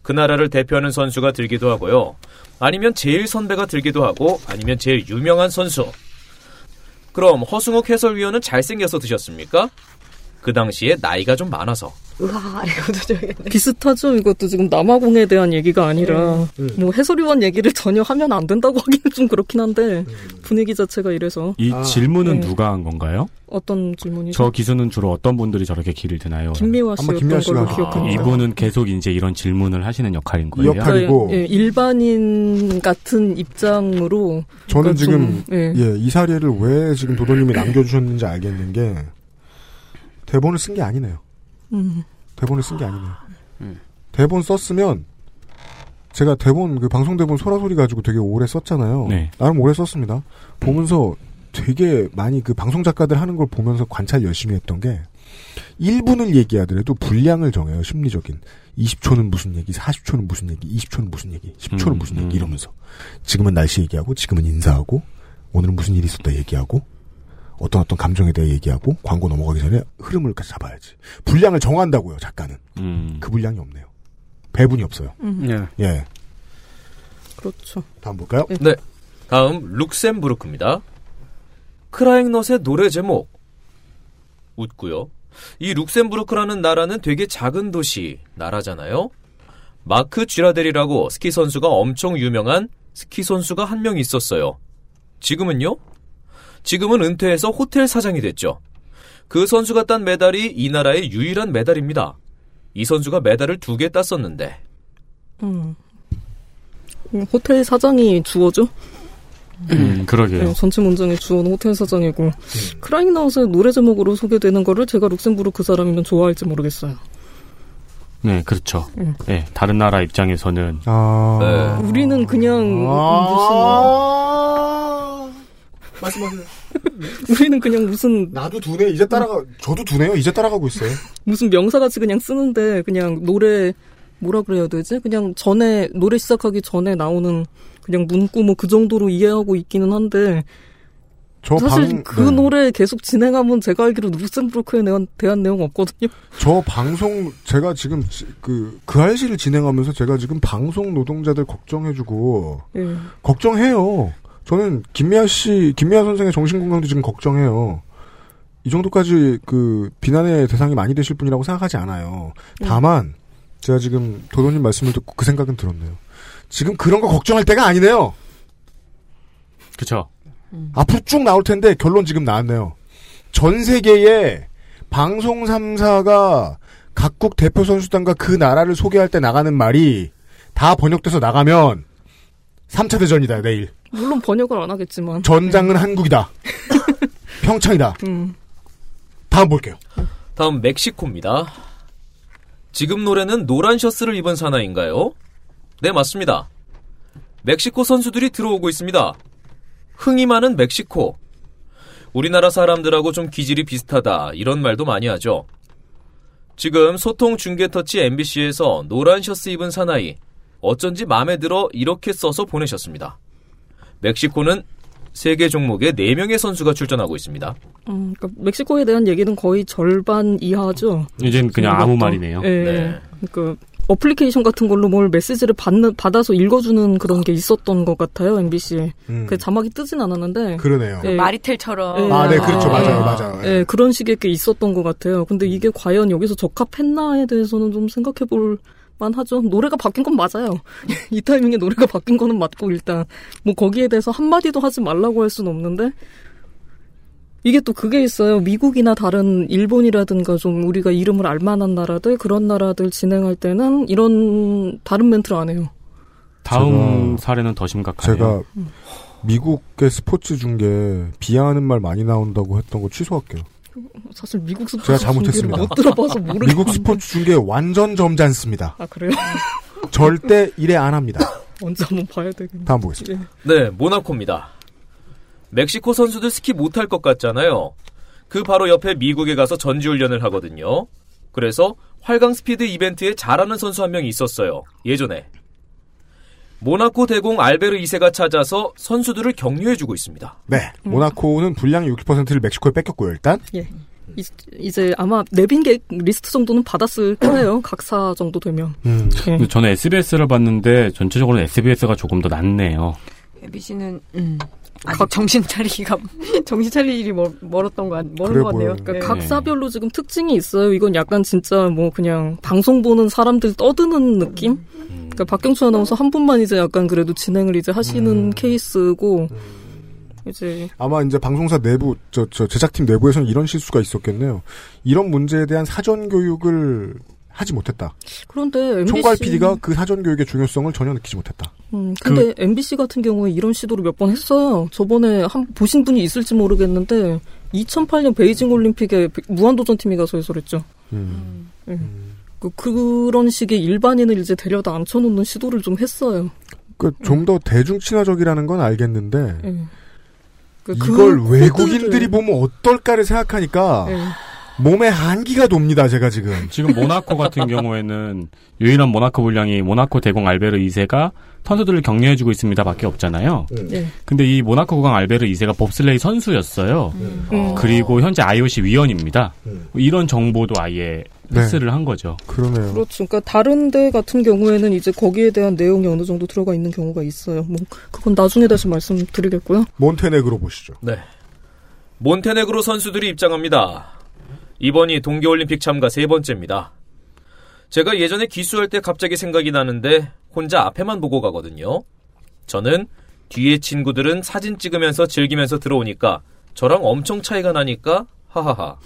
[SPEAKER 12] 그 나라를 대표하는 선수가 들기도 하고요. 아니면 제일 선배가 들기도 하고 아니면 제일 유명한 선수. 그럼 허승욱 해설위원은 잘생겨서 드셨습니까? 그 당시에 나이가 좀 많아서.
[SPEAKER 10] 으아, 이것도 저기 비슷하죠. 이것도 지금 남아공에 대한 얘기가 아니라
[SPEAKER 9] 네.
[SPEAKER 10] 뭐 해설위원 얘기를 전혀 하면 안 된다고 *laughs* 하기는 좀 그렇긴 한데 분위기 자체가 이래서
[SPEAKER 8] 이 질문은
[SPEAKER 10] 네.
[SPEAKER 8] 누가 한 건가요?
[SPEAKER 10] 어떤 질문이죠?
[SPEAKER 8] 저 기수는 주로 어떤 분들이 저렇게 길을 드나요?
[SPEAKER 10] 김미화 씨였던 아마 김미화 씨가 걸로 기억합니다.
[SPEAKER 8] 이분은 계속 이제 이런 질문을 하시는 어. 역할인 거예요.
[SPEAKER 10] 예, 예, 일반인 같은 입장으로 그러니까
[SPEAKER 7] 저는 지금
[SPEAKER 10] 좀, 예.
[SPEAKER 7] 예, 이 사례를 왜 지금 도도님이 남겨주셨는지 알겠는 게 대본을 쓴 게 아니네요.
[SPEAKER 10] 음.
[SPEAKER 7] 대본을 쓴 게 아니네요. 대본 썼으면 제가 대본 그 방송 대본 소라소리 가지고 되게 오래 썼잖아요.
[SPEAKER 8] 네.
[SPEAKER 7] 나름 오래 썼습니다. 보면서 되게 많이 그 방송 작가들 하는 걸 보면서 관찰 열심히 했던 게 일부는 얘기하더라도 분량을 정해요. 심리적인 20초는 무슨 얘기, 40초는 무슨 얘기, 20초는 무슨 얘기, 10초는 무슨 얘기 이러면서 지금은 날씨 얘기하고 지금은 인사하고 오늘은 무슨 일이 있었다 얘기하고 어떤 어떤 감정에 대해 얘기하고 광고 넘어가기 전에 흐름을 잡아야지. 분량을 정한다고요, 작가는.
[SPEAKER 8] 음.
[SPEAKER 7] 그 분량이 없네요. 배분이 없어요.
[SPEAKER 10] 음.
[SPEAKER 7] 예.
[SPEAKER 10] 그렇죠.
[SPEAKER 7] 다음 볼까요?
[SPEAKER 12] 네. 다음 룩셈부르크입니다. 크라잉넛의 노래 제목 웃고요. 이 룩셈부르크라는 나라는 되게 작은 도시 나라잖아요. 마크 쥐라델이라고 스키 선수가 엄청 유명한 스키 선수가 한 명 있었어요. 지금은요? 지금은 은퇴해서 호텔 사장이 됐죠. 그 선수가 딴 메달이 이 나라의 유일한 메달입니다. 이 선수가 메달을 두 개 땄었는데
[SPEAKER 10] 음. 음, 호텔 사장이 주어죠.
[SPEAKER 8] 음, 그러게요.
[SPEAKER 10] 네, 전체 문장의 주어는 호텔 사장이고 크라잉나웃의 노래 제목으로 소개되는 거를 제가 룩셈부르크 그 사람이면 좋아할지 모르겠어요.
[SPEAKER 8] 네, 그렇죠.
[SPEAKER 10] 음.
[SPEAKER 8] 예, 다른 나라 입장에서는
[SPEAKER 7] 아.
[SPEAKER 10] 우리는 그냥
[SPEAKER 7] 말씀하세요.
[SPEAKER 10] 무슨 우리는 그냥 무슨
[SPEAKER 7] 나도 두네 이제 따라가
[SPEAKER 10] 음.
[SPEAKER 7] 저도 두네요. 이제 따라가고 있어요.
[SPEAKER 10] 무슨 명사같이 그냥 쓰는데 그냥 노래 뭐라 그래야 되지? 그냥 전에 노래 시작하기 전에 나오는 그냥 문구 뭐 그 정도로 이해하고 있기는 한데
[SPEAKER 7] 저
[SPEAKER 10] 사실
[SPEAKER 7] 방-
[SPEAKER 10] 그
[SPEAKER 7] 네.
[SPEAKER 10] 노래 계속 진행하면 제가 알기로 룩셈부르크에 대한, 대한 내용 없거든요.
[SPEAKER 7] 저 방송 제가 지금 지- 그 그할씨를 진행하면서 제가 지금 방송 노동자들 걱정해주고
[SPEAKER 10] 예.
[SPEAKER 7] 걱정해요. 저는 김미아 씨, 김미아 선생의 정신 건강도 지금 걱정해요. 이 정도까지 그 비난의 대상이 많이 되실 분이라고 생각하지 않아요. 다만 제가 지금 도도님 말씀을 듣고 그 생각은 들었네요. 지금 그런 거 걱정할 때가 아니네요.
[SPEAKER 8] 그쵸.
[SPEAKER 7] 앞으로 쭉 나올 텐데 결론 지금 나왔네요. 전 세계에 방송 3사가 각국 대표 선수단과 그 나라를 소개할 때 나가는 말이 다 번역돼서 나가면 3차 대전이다 내일.
[SPEAKER 10] 물론 번역을 안 하겠지만. *laughs*
[SPEAKER 7] 전장은 한국이다. 평창이다.
[SPEAKER 10] 음.
[SPEAKER 7] 다음 볼게요.
[SPEAKER 12] 다음 멕시코입니다. 지금 노래는 노란 셔츠를 입은 사나인가요? 네, 맞습니다. 멕시코 선수들이 들어오고 있습니다. 흥이 많은 멕시코. 우리나라 사람들하고 좀 기질이 비슷하다. 이런 말도 많이 하죠. 지금 소통 중계터치 MBC에서 노란 셔츠 입은 사나이. 어쩐지 마음에 들어 이렇게 써서 보내셨습니다. 멕시코는 세계 종목에 4명의 선수가 출전하고 있습니다.
[SPEAKER 10] 음, 그러니까 멕시코에 대한 얘기는 거의 절반 이하죠.
[SPEAKER 8] 이젠 그냥 아무 말이네요.
[SPEAKER 10] 예.
[SPEAKER 8] 네.
[SPEAKER 10] 그러니까 어플리케이션 같은 걸로 뭘 메시지를 받는 받아서 읽어주는 그런 게 있었던 것 같아요 MBC.
[SPEAKER 7] 음.
[SPEAKER 10] 그 자막이 뜨진 않았는데.
[SPEAKER 7] 그러네요.
[SPEAKER 10] 예.
[SPEAKER 9] 마리텔처럼.
[SPEAKER 10] 예.
[SPEAKER 7] 아, 네, 그렇죠. 맞아요,
[SPEAKER 10] 예.
[SPEAKER 7] 맞아요.
[SPEAKER 10] 예, 그런 식의 게 있었던 것 같아요. 근데 이게 과연 여기서 적합했나에 대해서는 좀 생각해볼 만하죠. 노래가 바뀐 건 맞아요. 이 타이밍에 노래가 바뀐 거는 맞고 일단 뭐 거기에 대해서 한 마디도 하지 말라고 할 수는 없는데 이게 또 그게 있어요. 미국이나 다른 일본이라든가 좀 음, 우리가 이름을 알만한 나라들 그런 나라들 진행할 때는 이런 다른 멘트를 안 해요.
[SPEAKER 8] 다음 사례는 더 심각하네요.
[SPEAKER 7] 제가 미국의 스포츠 중계 비하하는 말 많이 나온다고 했던 거 취소할게요.
[SPEAKER 10] 사실 미국 스포츠 *laughs*
[SPEAKER 7] 제가
[SPEAKER 10] 중계를
[SPEAKER 7] 잘못했습니다.
[SPEAKER 10] 못 들어봐서 모르겠어요.
[SPEAKER 7] 미국 스포츠 중계 완전 점잖습니다.
[SPEAKER 10] 아 그래요?
[SPEAKER 7] *laughs* 절대 이래 안 합니다.
[SPEAKER 10] *laughs* 언제 한번 봐야 되겠네.
[SPEAKER 7] 다음 보겠습니다.
[SPEAKER 12] 네, 모나코입니다. 멕시코 선수들 스키 못할 것 같잖아요. 그 바로 옆에 미국에 가서 전지훈련을 하거든요. 그래서 활강 스피드 이벤트에 잘하는 선수 한 명이 있었어요. 예전에. 모나코 대공 알베르 2세가 찾아서 선수들을 격려해주고 있습니다.
[SPEAKER 7] 네, 모나코는 분량 60%를 멕시코에 뺏겼고요. 일단
[SPEAKER 10] 예. 이- 이제 아마 내빈객 리스트 정도는
[SPEAKER 9] *coughs*
[SPEAKER 10] 받았을 거예요. 각사 정도 되면.
[SPEAKER 8] 근데 저는 SBS를 봤는데 전체적으로는 SBS가 조금 더 낫네요.
[SPEAKER 9] MBC는 음. 아직 정신 차리기가 *laughs* 정신 차릴 일이 멀, 멀었던 거 아니- 멀은 것 같네요.
[SPEAKER 10] 그러니까
[SPEAKER 9] 네.
[SPEAKER 10] 각사별로 지금 특징이 있어요. 이건 약간 진짜 뭐 그냥 방송 보는 사람들 떠드는 느낌? 그러니까 박경수 아나운서 한 분만 이제 약간 그래도 진행을 이제 하시는 케이스고 이제
[SPEAKER 7] 음. 아마 이제 방송사 내부 저, 저 제작팀 내부에서는 이런 실수가 있었겠네요. 이런 문제에 대한 사전 교육을 하지 못했다.
[SPEAKER 10] 그런데 MBC
[SPEAKER 7] 총괄 PD가 그 사전 교육의 중요성을 전혀 느끼지 못했다.
[SPEAKER 10] 음, 근데 MBC 같은 경우에 이런 시도를 몇 번 했어요. 저번에 한 보신 분이 있을지 모르겠는데 2008년 베이징 올림픽에 무한도전 팀이 가서 해설했죠.
[SPEAKER 8] 음.
[SPEAKER 10] 예. 그, 그런 식의 일반인을 이제 데려다 앉혀놓는 시도를 좀 했어요.
[SPEAKER 7] 그러니까 좀 더 대중 친화적이라는 건 알겠는데
[SPEAKER 10] 음. 예. 그-
[SPEAKER 7] 이걸
[SPEAKER 10] 그
[SPEAKER 7] 외국인들이
[SPEAKER 10] 코드를-
[SPEAKER 7] 보면 어떨까를 생각하니까
[SPEAKER 10] 예.
[SPEAKER 7] 몸에 한기가 돕니다. 제가 지금
[SPEAKER 8] 지금 모나코 같은 경우에는 유일한 모나코 분량이 모나코 대공 알베르 2세가 선수들을 격려해주고 있습니다밖에 없잖아요.
[SPEAKER 10] 예.
[SPEAKER 8] 근데 이 모나코 국왕 알베르 2세가 봅슬레이 선수였어요.
[SPEAKER 10] 음.
[SPEAKER 8] 그리고 현재 IOC 위원입니다. 이런 정보도
[SPEAKER 7] 네.
[SPEAKER 8] 아예 패스를 한 거죠.
[SPEAKER 7] 그러네요.
[SPEAKER 10] 그렇죠. 그러니까 다른 데 같은 경우에는 이제 거기에 대한 내용이 어느 정도 들어가 있는 경우가 있어요. 뭐 그건 나중에 다시 말씀드리겠고요.
[SPEAKER 7] 몬테네그로 보시죠.
[SPEAKER 12] 네. 몬테네그로 선수들이 입장합니다. 이번이 동계올림픽 참가 세 번째입니다. 제가 예전에 기수할 때 갑자기 생각이 나는데 혼자 앞에만 보고 가거든요. 저는 뒤에 친구들은 사진 찍으면서 즐기면서 들어오니까 저랑 엄청 차이가 나니까 하하하.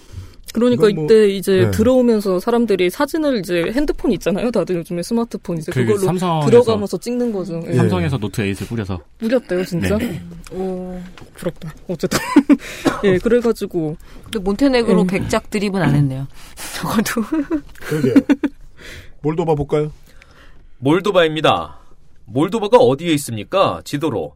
[SPEAKER 10] 그러니까
[SPEAKER 12] 이건 뭐-
[SPEAKER 10] 이때 이제
[SPEAKER 12] 네.
[SPEAKER 10] 들어오면서 사람들이 사진을 이제 핸드폰 있잖아요. 다들 요즘에 스마트폰 이제
[SPEAKER 8] 그
[SPEAKER 10] 그걸로
[SPEAKER 8] 삼성에서-
[SPEAKER 10] 들어가면서 찍는 거죠.
[SPEAKER 12] 네.
[SPEAKER 10] 예.
[SPEAKER 8] 삼성에서 노트 8을 뿌려서
[SPEAKER 10] 뿌렸대요, 진짜.
[SPEAKER 8] 네.
[SPEAKER 10] 오, 부럽다. 어쨌든 *laughs* 예, 그래가지고
[SPEAKER 9] 근데 몬테네그로 백작 드립은 안 했네요. 적어도
[SPEAKER 7] 그러게요. 몰도바 볼까요?
[SPEAKER 12] 몰도바입니다. 몰도바가 어디에 있습니까? 지도로.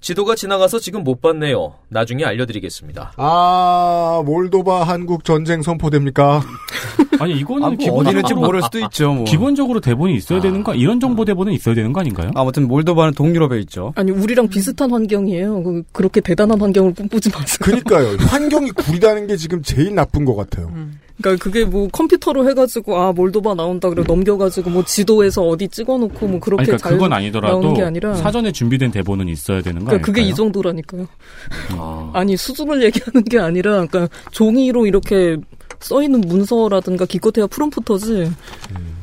[SPEAKER 12] 지도가 지나가서 지금 못 봤네요. 나중에 알려드리겠습니다.
[SPEAKER 7] 아 몰도바 한국 전쟁 선포됩니까? *laughs*
[SPEAKER 8] 아니 이거는
[SPEAKER 7] 아, 뭐
[SPEAKER 8] 기본
[SPEAKER 7] 어디는 좀 모를 수도
[SPEAKER 11] 있죠, 뭐.
[SPEAKER 8] 기본적으로 대본이 있어야 되는 거 이런 정보 대본은 있어야 되는 거 아닌가요?
[SPEAKER 11] 아무튼 몰도바는 동유럽에 있죠.
[SPEAKER 10] 아니 우리랑 비슷한 환경이에요. 그- 그렇게 대단한 환경을 뿜뿌지 마세요.
[SPEAKER 7] 그니까요. 환경이 구리다는 게 지금 제일 나쁜 것 같아요.
[SPEAKER 10] 그러니까 그게 뭐 컴퓨터로 해가지고 아 몰도바 나온다 그래 넘겨가지고 뭐 지도에서 어디 찍어놓고 뭐 그렇게
[SPEAKER 8] 아니, 그러니까
[SPEAKER 10] 잘
[SPEAKER 8] 그건
[SPEAKER 10] 나오는
[SPEAKER 8] 아니더라도
[SPEAKER 10] 게 아니라
[SPEAKER 8] 사전에 준비된 대본은 있어야 되는 거
[SPEAKER 10] 그러니까 그게 이
[SPEAKER 8] 아닐까요?
[SPEAKER 10] 정도라니까요. *laughs* 아니 수준을 얘기하는 게 아니라 그러니까 종이로 이렇게 써 있는 문서라든가 기껏해야 프롬프터지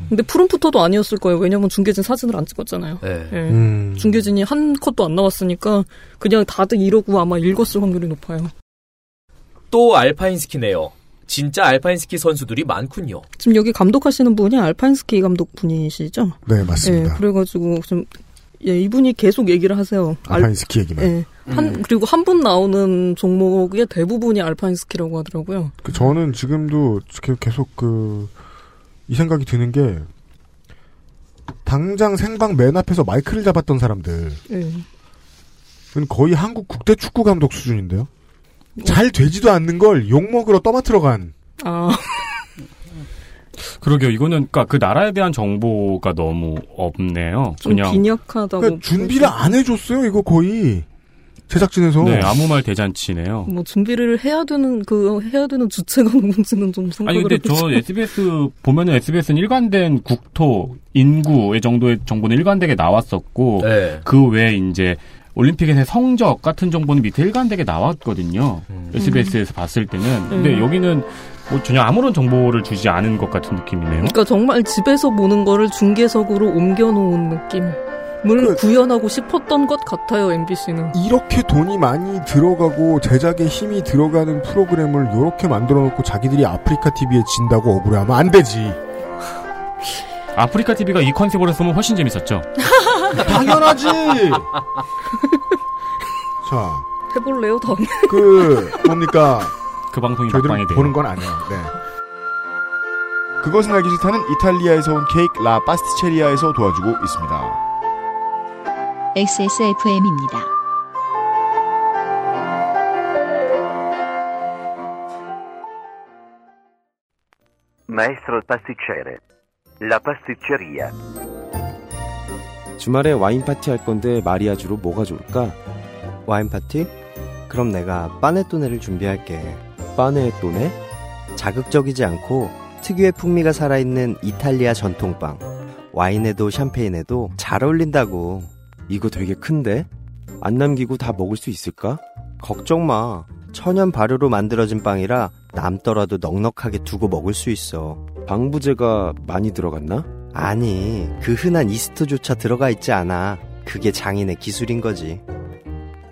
[SPEAKER 10] 근데 푸른푸터도 아니었을 거예요. 왜냐면 중계진 사진을 안 찍었잖아요.
[SPEAKER 12] 네.
[SPEAKER 10] 예.
[SPEAKER 7] 음.
[SPEAKER 10] 중계진이 한 컷도 안 나왔으니까 그냥 다들 이러고 아마 읽었을 확률이 높아요.
[SPEAKER 12] 또 알파인스키네요. 진짜 알파인스키 선수들이 많군요.
[SPEAKER 10] 지금 여기 감독하시는 분이 알파인스키 감독 분이시죠?
[SPEAKER 7] 네, 맞습니다.
[SPEAKER 10] 예, 그래가지고 좀 예, 이분이 계속 얘기를 하세요. 알-
[SPEAKER 7] 알파인스키 얘기만.
[SPEAKER 10] 예. 한 그리고 한 분 나오는 종목의 대부분이 알파인스키라고 하더라고요.
[SPEAKER 7] 그 저는 지금도 이렇게 계속 그, 이 생각이 드는 게, 당장 생방 맨 앞에서 마이크를 잡았던 사람들은
[SPEAKER 10] 예.
[SPEAKER 7] 거의 한국 국대 축구 감독 수준인데요. 잘 되지도 않는 걸 욕먹으러 떠맡으러 간.
[SPEAKER 10] 아.
[SPEAKER 8] 그러게요. 이거는 그러니까 그 나라에 대한 정보가 너무 없네요.
[SPEAKER 10] 좀
[SPEAKER 8] 그냥
[SPEAKER 10] 빈약하다고.
[SPEAKER 7] 그러니까 준비를 안 해줬어요, 이거 거의. 제작진에서.
[SPEAKER 8] 네 아무 말 대잔치네요.
[SPEAKER 10] 뭐 준비를 해야 되는 그 해야 되는 주체가 *laughs* 누군지는 좀 생각을
[SPEAKER 8] 아니 근데 저 예.
[SPEAKER 10] 해보죠.
[SPEAKER 8] SBS 보면은 SBS는 일관된 국토 인구의 정도의 정보는 일관되게 나왔었고
[SPEAKER 10] 네.
[SPEAKER 12] 네.
[SPEAKER 8] 그 외에 이제 올림픽에서의 성적 같은 정보는 밑에 일관되게 나왔거든요. SBS에서 봤을 때는 근데
[SPEAKER 10] 음.
[SPEAKER 8] 여기는 뭐 전혀 아무런 정보를 주지 않은 것 같은 느낌이네요.
[SPEAKER 10] 그러니까 정말 집에서 보는 거를 중계석으로 옮겨놓은 느낌을 구현하고 싶었던 것 같아요 MBC는.
[SPEAKER 7] 이렇게 돈이 많이 들어가고 제작에 힘이 들어가는 프로그램을 이렇게 만들어 놓고 자기들이 아프리카 TV에 진다고 억울해하면 안 되지.
[SPEAKER 8] 아프리카 TV가 이 컨셉으로 했으면 훨씬 재밌었죠.
[SPEAKER 7] 당연하지. 자,
[SPEAKER 10] 해볼래요 다음에. *laughs*
[SPEAKER 7] 그 뭡니까?
[SPEAKER 8] 그 방송이
[SPEAKER 7] 저희들은
[SPEAKER 13] 막방이 돼요.
[SPEAKER 7] 보는 건 아니에요. 네.
[SPEAKER 13] 그것은 알기 싫다는 이탈리아에서 온 케이크 라 파스티체리아에서 도와주고 있습니다.
[SPEAKER 1] XSFM입니다.
[SPEAKER 5] Maestro pasticcere. La pasticceria.
[SPEAKER 4] 주말에 와인 파티 할 건데 마리아주로 뭐가 좋을까?
[SPEAKER 14] 와인 파티? 그럼 내가 빠네또네를 준비할게.
[SPEAKER 4] 빠네또네?
[SPEAKER 14] 자극적이지 않고 특유의 풍미가 살아있는 이탈리아 전통빵. 와인에도 샴페인에도 잘 어울린다고.
[SPEAKER 4] 이거 되게 큰데? 안 남기고 다 먹을 수 있을까?
[SPEAKER 14] 걱정 마. 천연 발효로 만들어진 빵이라 남더라도 넉넉하게 두고 먹을 수 있어.
[SPEAKER 4] 방부제가 많이 들어갔나?
[SPEAKER 14] 아니, 그 흔한 이스트조차 들어가 있지 않아. 그게 장인의 기술인 거지.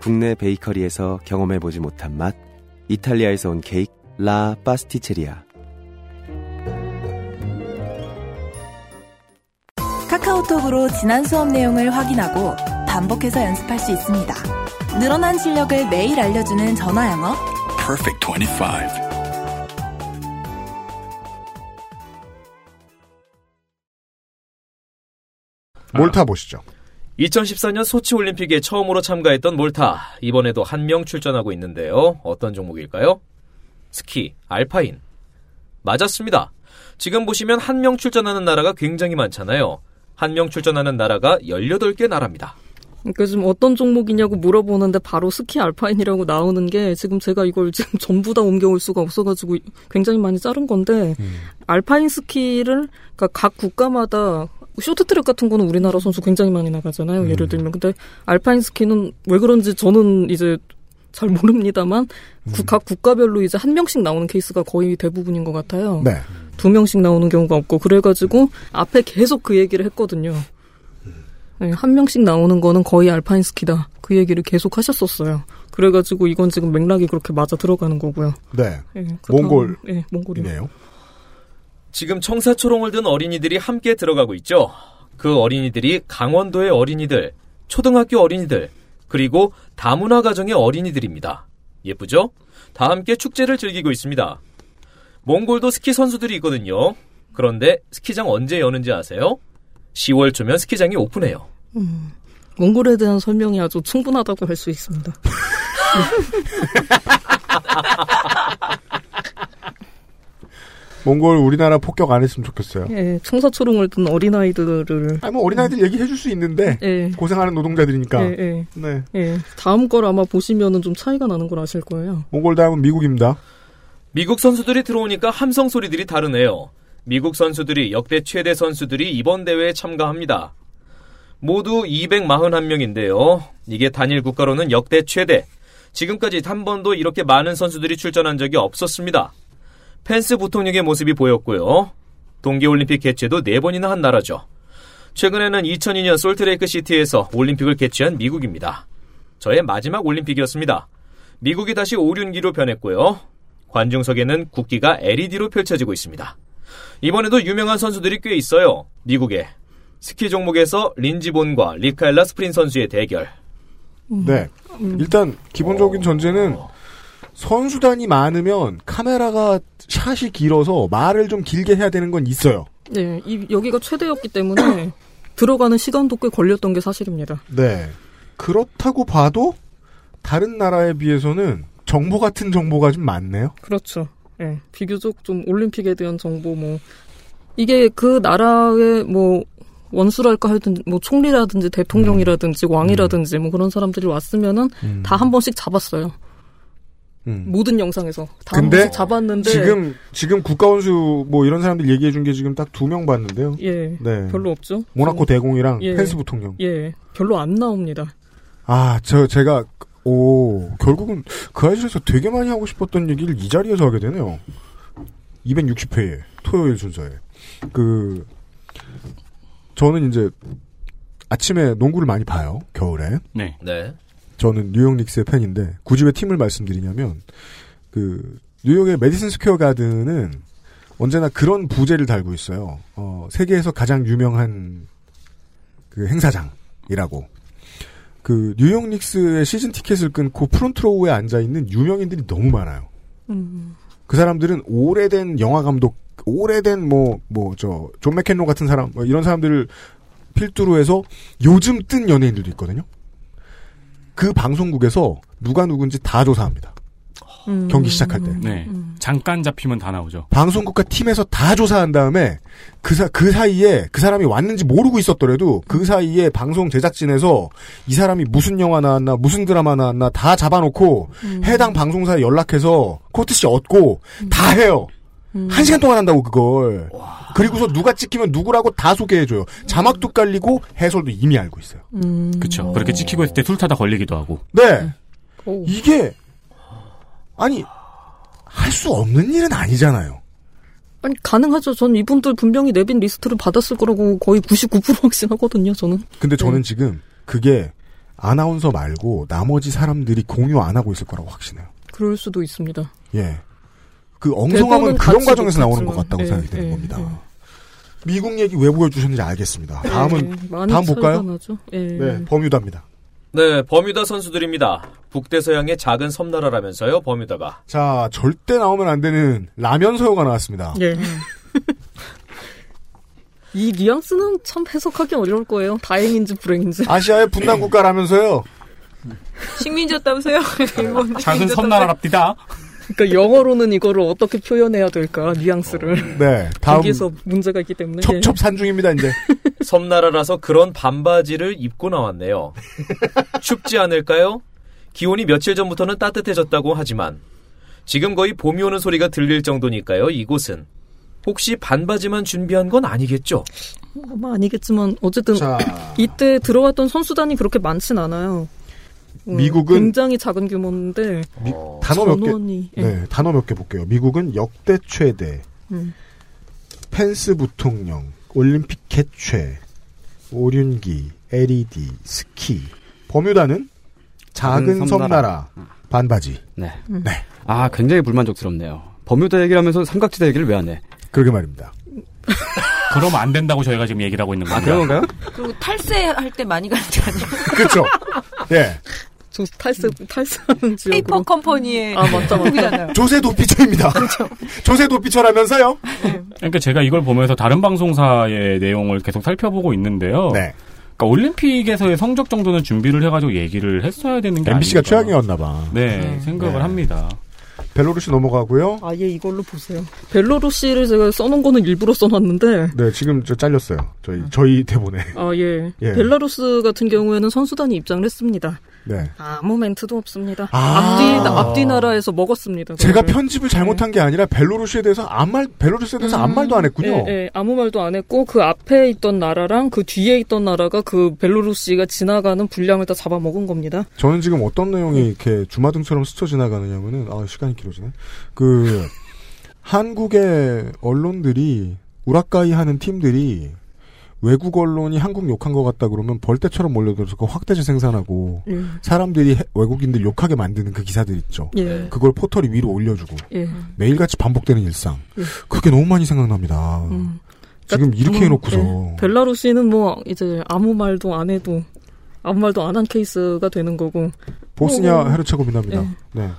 [SPEAKER 4] 국내 베이커리에서 경험해보지 못한 맛 이탈리아에서 온 케이크 라 파스티체리아
[SPEAKER 15] 카카오톡으로 지난 수업 내용을 확인하고 반복해서 연습할 수 있습니다. 늘어난 실력을 매일 알려주는 전화 영어.
[SPEAKER 3] Perfect 25.
[SPEAKER 7] 몰타 보시죠.
[SPEAKER 12] 2014년 소치 올림픽에 처음으로 참가했던 몰타. 이번에도 한 명 출전하고 있는데요. 어떤 종목일까요? 스키, 알파인. 맞았습니다. 지금 보시면 한 명 출전하는 나라가 굉장히 많잖아요. 한 명 출전하는 나라가 18개 나라입니다.
[SPEAKER 10] 그러니까 지금 어떤 종목이냐고 물어보는데 바로 스키 알파인이라고 나오는 게 지금 제가 이걸 지금 *laughs* 전부 다 옮겨올 수가 없어가지고 굉장히 많이 자른 건데 알파인 스키를 그러니까 각 국가마다 쇼트트랙 같은 거는 우리나라 선수 굉장히 많이 나가잖아요. 예를 들면 근데 알파인 스키는 왜 그런지 저는 이제 잘 모릅니다만 구- 각 국가별로 이제 한 명씩 나오는 케이스가 거의 대부분인 것 같아요.
[SPEAKER 7] 네.
[SPEAKER 10] 두 명씩 나오는 경우가 없고 그래가지고 앞에 계속 그 얘기를 했거든요. 네, 한 명씩 나오는 거는 거의 알파인스키다. 그 얘기를 계속 하셨었어요. 그래가지고 이건 지금 맥락이 그렇게 맞아 들어가는 거고요.
[SPEAKER 7] 네.
[SPEAKER 10] 예, 그 다음-
[SPEAKER 7] 몽골.
[SPEAKER 10] 예, 몽골이네요.
[SPEAKER 12] 지금 청사초롱을 든 어린이들이 함께 들어가고 있죠. 그 어린이들이 강원도의 어린이들, 초등학교 어린이들, 그리고 다문화 가정의 어린이들입니다. 예쁘죠? 다 함께 축제를 즐기고 있습니다. 몽골도 스키 선수들이 있거든요. 그런데 스키장 언제 여는지 아세요? 10월 초면 스키장이 오픈해요.
[SPEAKER 10] 음, 몽골에 대한 설명이 아주 충분하다고 할 수 있습니다.
[SPEAKER 7] 몽골 우리나라 폭격 안 했으면 좋겠어요.
[SPEAKER 10] 예, 청사초롱을 든 어린아이들을.
[SPEAKER 7] 아니, 뭐 어린아이들 얘기해줄 수 있는데
[SPEAKER 10] 예.
[SPEAKER 7] 고생하는 노동자들이니까.
[SPEAKER 10] 예, 예.
[SPEAKER 7] 네.
[SPEAKER 10] 예, 다음 걸 아마 보시면은 좀 차이가 나는 걸 아실 거예요.
[SPEAKER 7] 몽골 다음은 미국입니다.
[SPEAKER 12] 미국 선수들이 들어오니까 함성 소리들이 다르네요. 미국 선수들이 역대 최대 선수들이 이번 대회에 참가합니다. 모두 241명인데요. 이게 단일 국가로는 역대 최대. 지금까지 한 번도 이렇게 많은 선수들이 출전한 적이 없었습니다. 펜스 부통령의 모습이 보였고요. 동계올림픽 개최도 4번이나 한 나라죠. 최근에는 2002년 솔트레이크 시티에서 올림픽을 개최한 미국입니다. 저의 마지막 올림픽이었습니다. 미국이 다시 오륜기로 변했고요. 관중석에는 국기가 LED로 펼쳐지고 있습니다. 이번에도 유명한 선수들이 꽤 있어요. 미국에. 스키 종목에서 린지본과 리카엘라 스프린 선수의 대결.
[SPEAKER 7] 네. 일단 기본적인 전제는 선수단이 많으면 카메라가 샷이 길어서 말을 좀 길게 해야 되는 건 있어요.
[SPEAKER 10] 네, 이, 여기가 최대였기 때문에 들어가는 시간도 꽤 걸렸던 게 사실입니다.
[SPEAKER 7] 네. 그렇다고 봐도 다른 나라에 비해서는 정보 같은 정보가 좀 많네요.
[SPEAKER 10] 그렇죠. 예, 비교적 좀 올림픽에 대한 정보 뭐 이게 그 나라의 뭐 원수랄까 하여튼 뭐 총리라든지 대통령이라든지 왕이라든지 뭐 그런 사람들이 왔으면은
[SPEAKER 7] 음.
[SPEAKER 10] 다 한 번씩 잡았어요.
[SPEAKER 7] 음.
[SPEAKER 10] 모든 영상에서 다 한
[SPEAKER 7] 근데
[SPEAKER 10] 번씩 잡았는데
[SPEAKER 7] 지금 지금 국가원수 뭐 이런 사람들 얘기해 준 게 지금 딱 두 명 봤는데요.
[SPEAKER 10] 예,
[SPEAKER 7] 네.
[SPEAKER 10] 별로 없죠.
[SPEAKER 7] 모나코 대공이랑
[SPEAKER 10] 예.
[SPEAKER 7] 펜스 부통령.
[SPEAKER 10] 예, 별로 안 나옵니다.
[SPEAKER 7] 아, 저 제가 오 결국은 그 아실에서 되게 많이 하고 싶었던 얘기를 이 자리에서 하게 되네요. 260회에 토요일 순서에 그 저는 이제 아침에 농구를 많이 봐요 겨울에.
[SPEAKER 12] 네. 네.
[SPEAKER 7] 저는 뉴욕 닉스의 팬인데 굳이 왜 팀을 말씀드리냐면 그 뉴욕의 메디슨 스퀘어 가든은 언제나 그런 부제를 달고 있어요. 어, 세계에서 가장 유명한 그 행사장이라고. 그 뉴욕 닉스의 시즌 티켓을 끊고 프론트 로우에 앉아 있는 유명인들이 너무 많아요. 그 사람들은 오래된 영화 감독, 오래된 뭐 뭐 저 존 맥켄로 같은 사람 뭐 이런 사람들을 필두로 해서 요즘 뜬 연예인들도 있거든요. 그 방송국에서 누가 누군지 다 조사합니다. 경기 시작할 때.
[SPEAKER 8] 네.
[SPEAKER 10] 음.
[SPEAKER 8] 잠깐 잡히면 다 나오죠.
[SPEAKER 7] 방송국과 팀에서 다 조사한 다음에 그, 사, 그 사이에 그 사람이 왔는지 모르고 있었더라도 그 사이에 방송 제작진에서 이 사람이 무슨 영화 나왔나 무슨 드라마 나왔나 다 잡아놓고 해당 방송사에 연락해서 코트씨 얻고 다 해요. 한 시간 동안 한다고 그걸. 그리고서 누가 찍히면 누구라고 다 소개해줘요. 자막도 깔리고 해설도 이미 알고 있어요.
[SPEAKER 8] 그렇죠. 그렇게 찍히고 있을 때 툴타다 걸리기도 하고.
[SPEAKER 7] 네. 이게 아니 할 수 없는 일은 아니잖아요.
[SPEAKER 10] 아니 가능하죠. 전 이분들 분명히 내빈 리스트를 받았을 거라고 거의 99% *laughs* 확신하거든요. 저는. 네.
[SPEAKER 7] 근데 저는 지금 그게 아나운서 말고 나머지 사람들이 공유 안 하고 있을 거라고 확신해요.
[SPEAKER 10] 그럴 수도 있습니다.
[SPEAKER 7] 예. 그
[SPEAKER 10] 대본은
[SPEAKER 7] 엉성함은 그런
[SPEAKER 10] 같이
[SPEAKER 7] 과정에서 나오는 것
[SPEAKER 10] 못했지만,
[SPEAKER 7] 같다고
[SPEAKER 10] 예,
[SPEAKER 7] 생각이 드는
[SPEAKER 10] 예,
[SPEAKER 7] 겁니다. 미국 얘기 왜 보여주셨는지 알겠습니다. 다음은
[SPEAKER 10] 예, 많이
[SPEAKER 7] 다음 볼까요?
[SPEAKER 10] 차이가 나죠. 예.
[SPEAKER 7] 네, 범유다입니다.
[SPEAKER 12] 네, 버뮤다 선수들입니다. 북대서양의 작은 섬나라라면서요, 버뮤다가.
[SPEAKER 7] 자, 절대 나오면 안 되는 라면 서요가 나왔습니다.
[SPEAKER 10] 예. *laughs* 이 뉘앙스는 참 해석하기 어려울 거예요. 다행인지 불행인지.
[SPEAKER 7] 아시아의 분단 국가라면서요.
[SPEAKER 9] 식민지였다면서요? 일본
[SPEAKER 8] 그러니까
[SPEAKER 9] 식민지였다면서요?
[SPEAKER 10] 섬나라랍디다. 그러니까 영어로는 이거를 어떻게 표현해야 될까 뉘앙스를.
[SPEAKER 7] 네, 다음
[SPEAKER 10] 거기에서 네. 문제가 있기 때문에.
[SPEAKER 7] 첩첩산중입니다 이제.
[SPEAKER 12] 섬나라라서 그런 반바지를
[SPEAKER 7] *laughs*
[SPEAKER 12] 입고 나왔네요. 춥지 않을까요? 기온이 며칠 전부터는 따뜻해졌다고 하지만 지금 거의 봄이 오는 소리가 들릴 정도니까요. 이곳은 혹시 반바지만 준비한 건 아니겠죠?
[SPEAKER 10] 예. 아마 아니겠지만 어쨌든 *laughs* 이때 들어왔던 선수단이 그렇게 많진 않아요. 어,
[SPEAKER 7] 미국은-
[SPEAKER 10] 굉장히 작은 규모인데
[SPEAKER 7] 미- 단어 몇 개.
[SPEAKER 10] 전원이, 예.
[SPEAKER 7] 네, 단어 몇 개 볼게요. 미국은 역대 최대,
[SPEAKER 10] 음.
[SPEAKER 7] 펜스 부통령, 올림픽 개최, 오륜기, LED, 스키. 버뮤다는 작은
[SPEAKER 11] 작은
[SPEAKER 7] 섬나라, 음.
[SPEAKER 11] 섬나라.
[SPEAKER 7] 반바지.
[SPEAKER 11] 네.
[SPEAKER 10] 음.
[SPEAKER 11] 아, 굉장히 불만족스럽네요. 버뮤다 얘기를 하면서 삼각지대 얘기를 왜 안 해?
[SPEAKER 7] 그러게 말입니다.
[SPEAKER 8] 그럼 안 된다고 저희가 지금 얘기를 하고 있는 겁니다.
[SPEAKER 11] 그런 건가요?
[SPEAKER 9] 그리고 탈세할 때 많이 가는 데 아니에요?
[SPEAKER 10] *laughs*
[SPEAKER 9] 음.
[SPEAKER 7] 그렇죠. 예.
[SPEAKER 10] 저 탈세 탈세하는 지역.
[SPEAKER 9] 페이퍼 컴퍼니의
[SPEAKER 10] 아 맞다 맞다.
[SPEAKER 7] 조세 도피처입니다.
[SPEAKER 10] 그렇죠.
[SPEAKER 7] *laughs* 조세 도피처라면서요?
[SPEAKER 8] 그러니까 제가 이걸 보면서 다른 방송사의 내용을 계속 살펴보고
[SPEAKER 7] 어,
[SPEAKER 8] 있는데요.
[SPEAKER 7] 네.
[SPEAKER 8] 그러니까 올림픽에서의 성적 정도는 준비를 해가지고 얘기를 했어야 되는 게
[SPEAKER 7] MBC가
[SPEAKER 8] 아닌가.
[SPEAKER 7] 최악이었나봐.
[SPEAKER 8] 네, 생각을 합니다.
[SPEAKER 7] 벨로루시 넘어가고요.
[SPEAKER 10] 아예 이걸로 보세요. 벨로루시를 제가 써놓은 거는 일부러 써놨는데
[SPEAKER 7] 네, 지금 저 잘렸어요. 저희 저희 대본에.
[SPEAKER 10] 아 예.
[SPEAKER 7] 예.
[SPEAKER 10] 벨라루스 같은 경우에는 선수단이 입장을 했습니다.
[SPEAKER 7] 네.
[SPEAKER 10] 아무 멘트도 없습니다.
[SPEAKER 7] 아.
[SPEAKER 10] 앞뒤 나- 앞뒤 나라에서 먹었습니다.
[SPEAKER 7] 제가
[SPEAKER 10] 그거를.
[SPEAKER 7] 편집을 잘못한 게 아니라 벨로루시에 대해서 아무 말 벨로루시에 대해서 아무 말도 안 했군요.
[SPEAKER 10] 예, 예, 아무 말도 안 했고 그 앞에 있던 나라랑 그 뒤에 있던 나라가 그 벨로루시가 지나가는 분량을 다 잡아먹은 겁니다.
[SPEAKER 7] 저는 지금 어떤
[SPEAKER 10] 예.
[SPEAKER 7] 내용이 이렇게 주마등처럼 스쳐 지나가느냐면은 아 시간이 길어지네. 그 한국의 언론들이 우라카이 하는 팀들이 외국 언론이 한국 욕한 것 같다 그러면 벌떼처럼 몰려들어서 그 확대지 생산하고
[SPEAKER 10] 음.
[SPEAKER 7] 사람들이 해- 외국인들 욕하게 만드는 그 기사들 있죠.
[SPEAKER 10] 예.
[SPEAKER 7] 그걸 포털이 위로 올려주고
[SPEAKER 10] 예.
[SPEAKER 7] 매일같이 반복되는 일상.
[SPEAKER 10] 예.
[SPEAKER 7] 그게 너무 많이 생각납니다.
[SPEAKER 10] 음.
[SPEAKER 7] 지금 이렇게
[SPEAKER 10] 음,
[SPEAKER 7] 해놓고서
[SPEAKER 10] 예. 벨라루시는 뭐 이제 아무 말도 안 해도 아무 말도 안 한 케이스가 되는 거고
[SPEAKER 7] 보스니아
[SPEAKER 10] 어,
[SPEAKER 7] 헤르체고비나입니다. 네.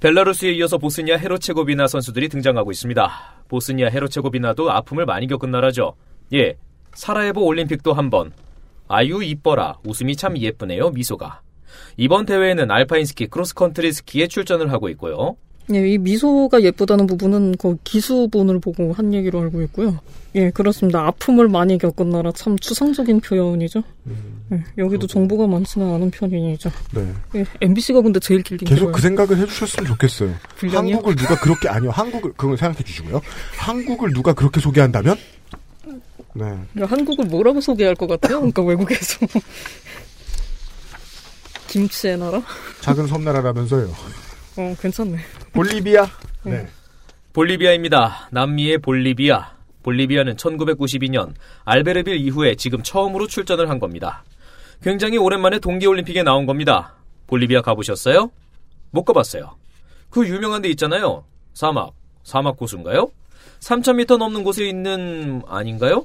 [SPEAKER 12] 벨라루스에 이어서 보스니아 헤르체고비나 선수들이 등장하고 있습니다. 보스니아 헤르체고비나도 아픔을 많이 겪은 나라죠. 예, 사라예보 올림픽도 한 번. 아유 이뻐라 웃음이 참 예쁘네요 미소가. 이번 대회에는 알파인 스키, 크로스컨트리 스키에 출전을 하고 있고요.
[SPEAKER 10] 예, 이 미소가 예쁘다는 부분은 그 기수본을 보고 한 얘기로 알고 있고요. 예, 그렇습니다. 아픔을 많이 겪은 나라 참 추상적인 표현이죠.
[SPEAKER 12] 음.
[SPEAKER 10] 예, 여기도 정보가 많지는 않은 편이죠.
[SPEAKER 7] 네.
[SPEAKER 10] 예, MBC가 근데 제일 길긴
[SPEAKER 7] 계속
[SPEAKER 10] 길어요.
[SPEAKER 7] 그 생각을 해주셨으면 좋겠어요.
[SPEAKER 10] 분량이요?
[SPEAKER 7] 한국을 누가 그렇게 아니요 한국을 그걸 생각해 주시고요. 한국을 누가 그렇게 소개한다면? 네.
[SPEAKER 12] 그
[SPEAKER 10] 야, 한국을 뭐라고 소개할 것 같아요? 그러니까 외국에서 *laughs* 김치의 나라? *laughs*
[SPEAKER 7] 작은 섬나라라면서요.
[SPEAKER 10] 어, 괜찮네.
[SPEAKER 7] 볼리비아.
[SPEAKER 10] 네.
[SPEAKER 12] 볼리비아입니다. 남미의 볼리비아. 볼리비아는 1992년 알베르빌 이후에 지금 처음으로 출전을 한 겁니다. 굉장히 오랜만에 동계올림픽에 나온 겁니다. 볼리비아 가보셨어요? 못 가봤어요. 그 유명한 데 있잖아요. 사막. 사막 고수인가요? 3,000m 넘는 곳에 있는 아닌가요?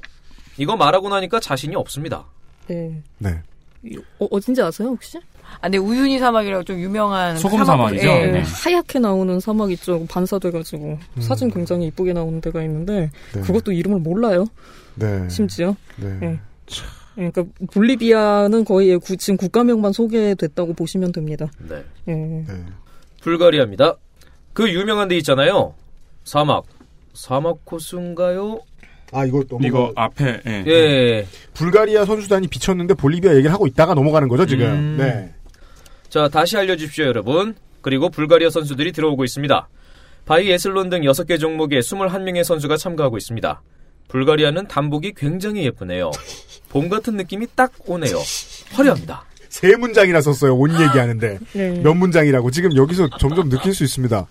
[SPEAKER 12] 이거 말하고 나니까 자신이 없습니다.
[SPEAKER 10] 네.
[SPEAKER 7] 네.
[SPEAKER 10] 어, 어딘지 아세요, 혹시?
[SPEAKER 9] 아, 근데 우유니 사막이라고 좀 유명한
[SPEAKER 12] 소금
[SPEAKER 9] 사막-
[SPEAKER 12] 사막이죠?
[SPEAKER 9] 예.
[SPEAKER 12] 네.
[SPEAKER 10] 하얗게 나오는 사막 있죠. 반사돼가지고. 사진 굉장히 이쁘게 나오는 데가 있는데,
[SPEAKER 7] 네.
[SPEAKER 10] 그것도 이름을 몰라요.
[SPEAKER 7] 네.
[SPEAKER 10] 심지어.
[SPEAKER 7] 네.
[SPEAKER 10] 예. 예, 그러니까 볼리비아는 거의 예, 구- 지금 국가명만 소개됐다고 보시면 됩니다.
[SPEAKER 12] 네.
[SPEAKER 10] 예.
[SPEAKER 12] 불가리아입니다. 그 유명한 데 있잖아요. 사막. 사막 코스인가요?
[SPEAKER 7] 아 이거 또
[SPEAKER 12] 이거
[SPEAKER 7] 앞에
[SPEAKER 12] 예. 예.
[SPEAKER 7] 불가리아 선수단이 비쳤는데 볼리비아 얘기를 하고 있다가 넘어가는 거죠 지금.
[SPEAKER 12] 음.
[SPEAKER 7] 네.
[SPEAKER 12] 자, 다시 알려주십시오, 여러분. 그리고 불가리아 선수들이 들어오고 있습니다. 바이 에슬론 등 6개 종목에 21명의 선수가 참가하고 있습니다. 불가리아는 단복이 굉장히 예쁘네요. 봄 같은 느낌이 딱 오네요. 화려합니다.
[SPEAKER 7] 세 문장이나 썼어요.
[SPEAKER 10] 아,
[SPEAKER 7] 온 얘기하는데
[SPEAKER 12] 네.
[SPEAKER 7] 몇 문장이라고 지금 여기서 점점 느낄 수 있습니다.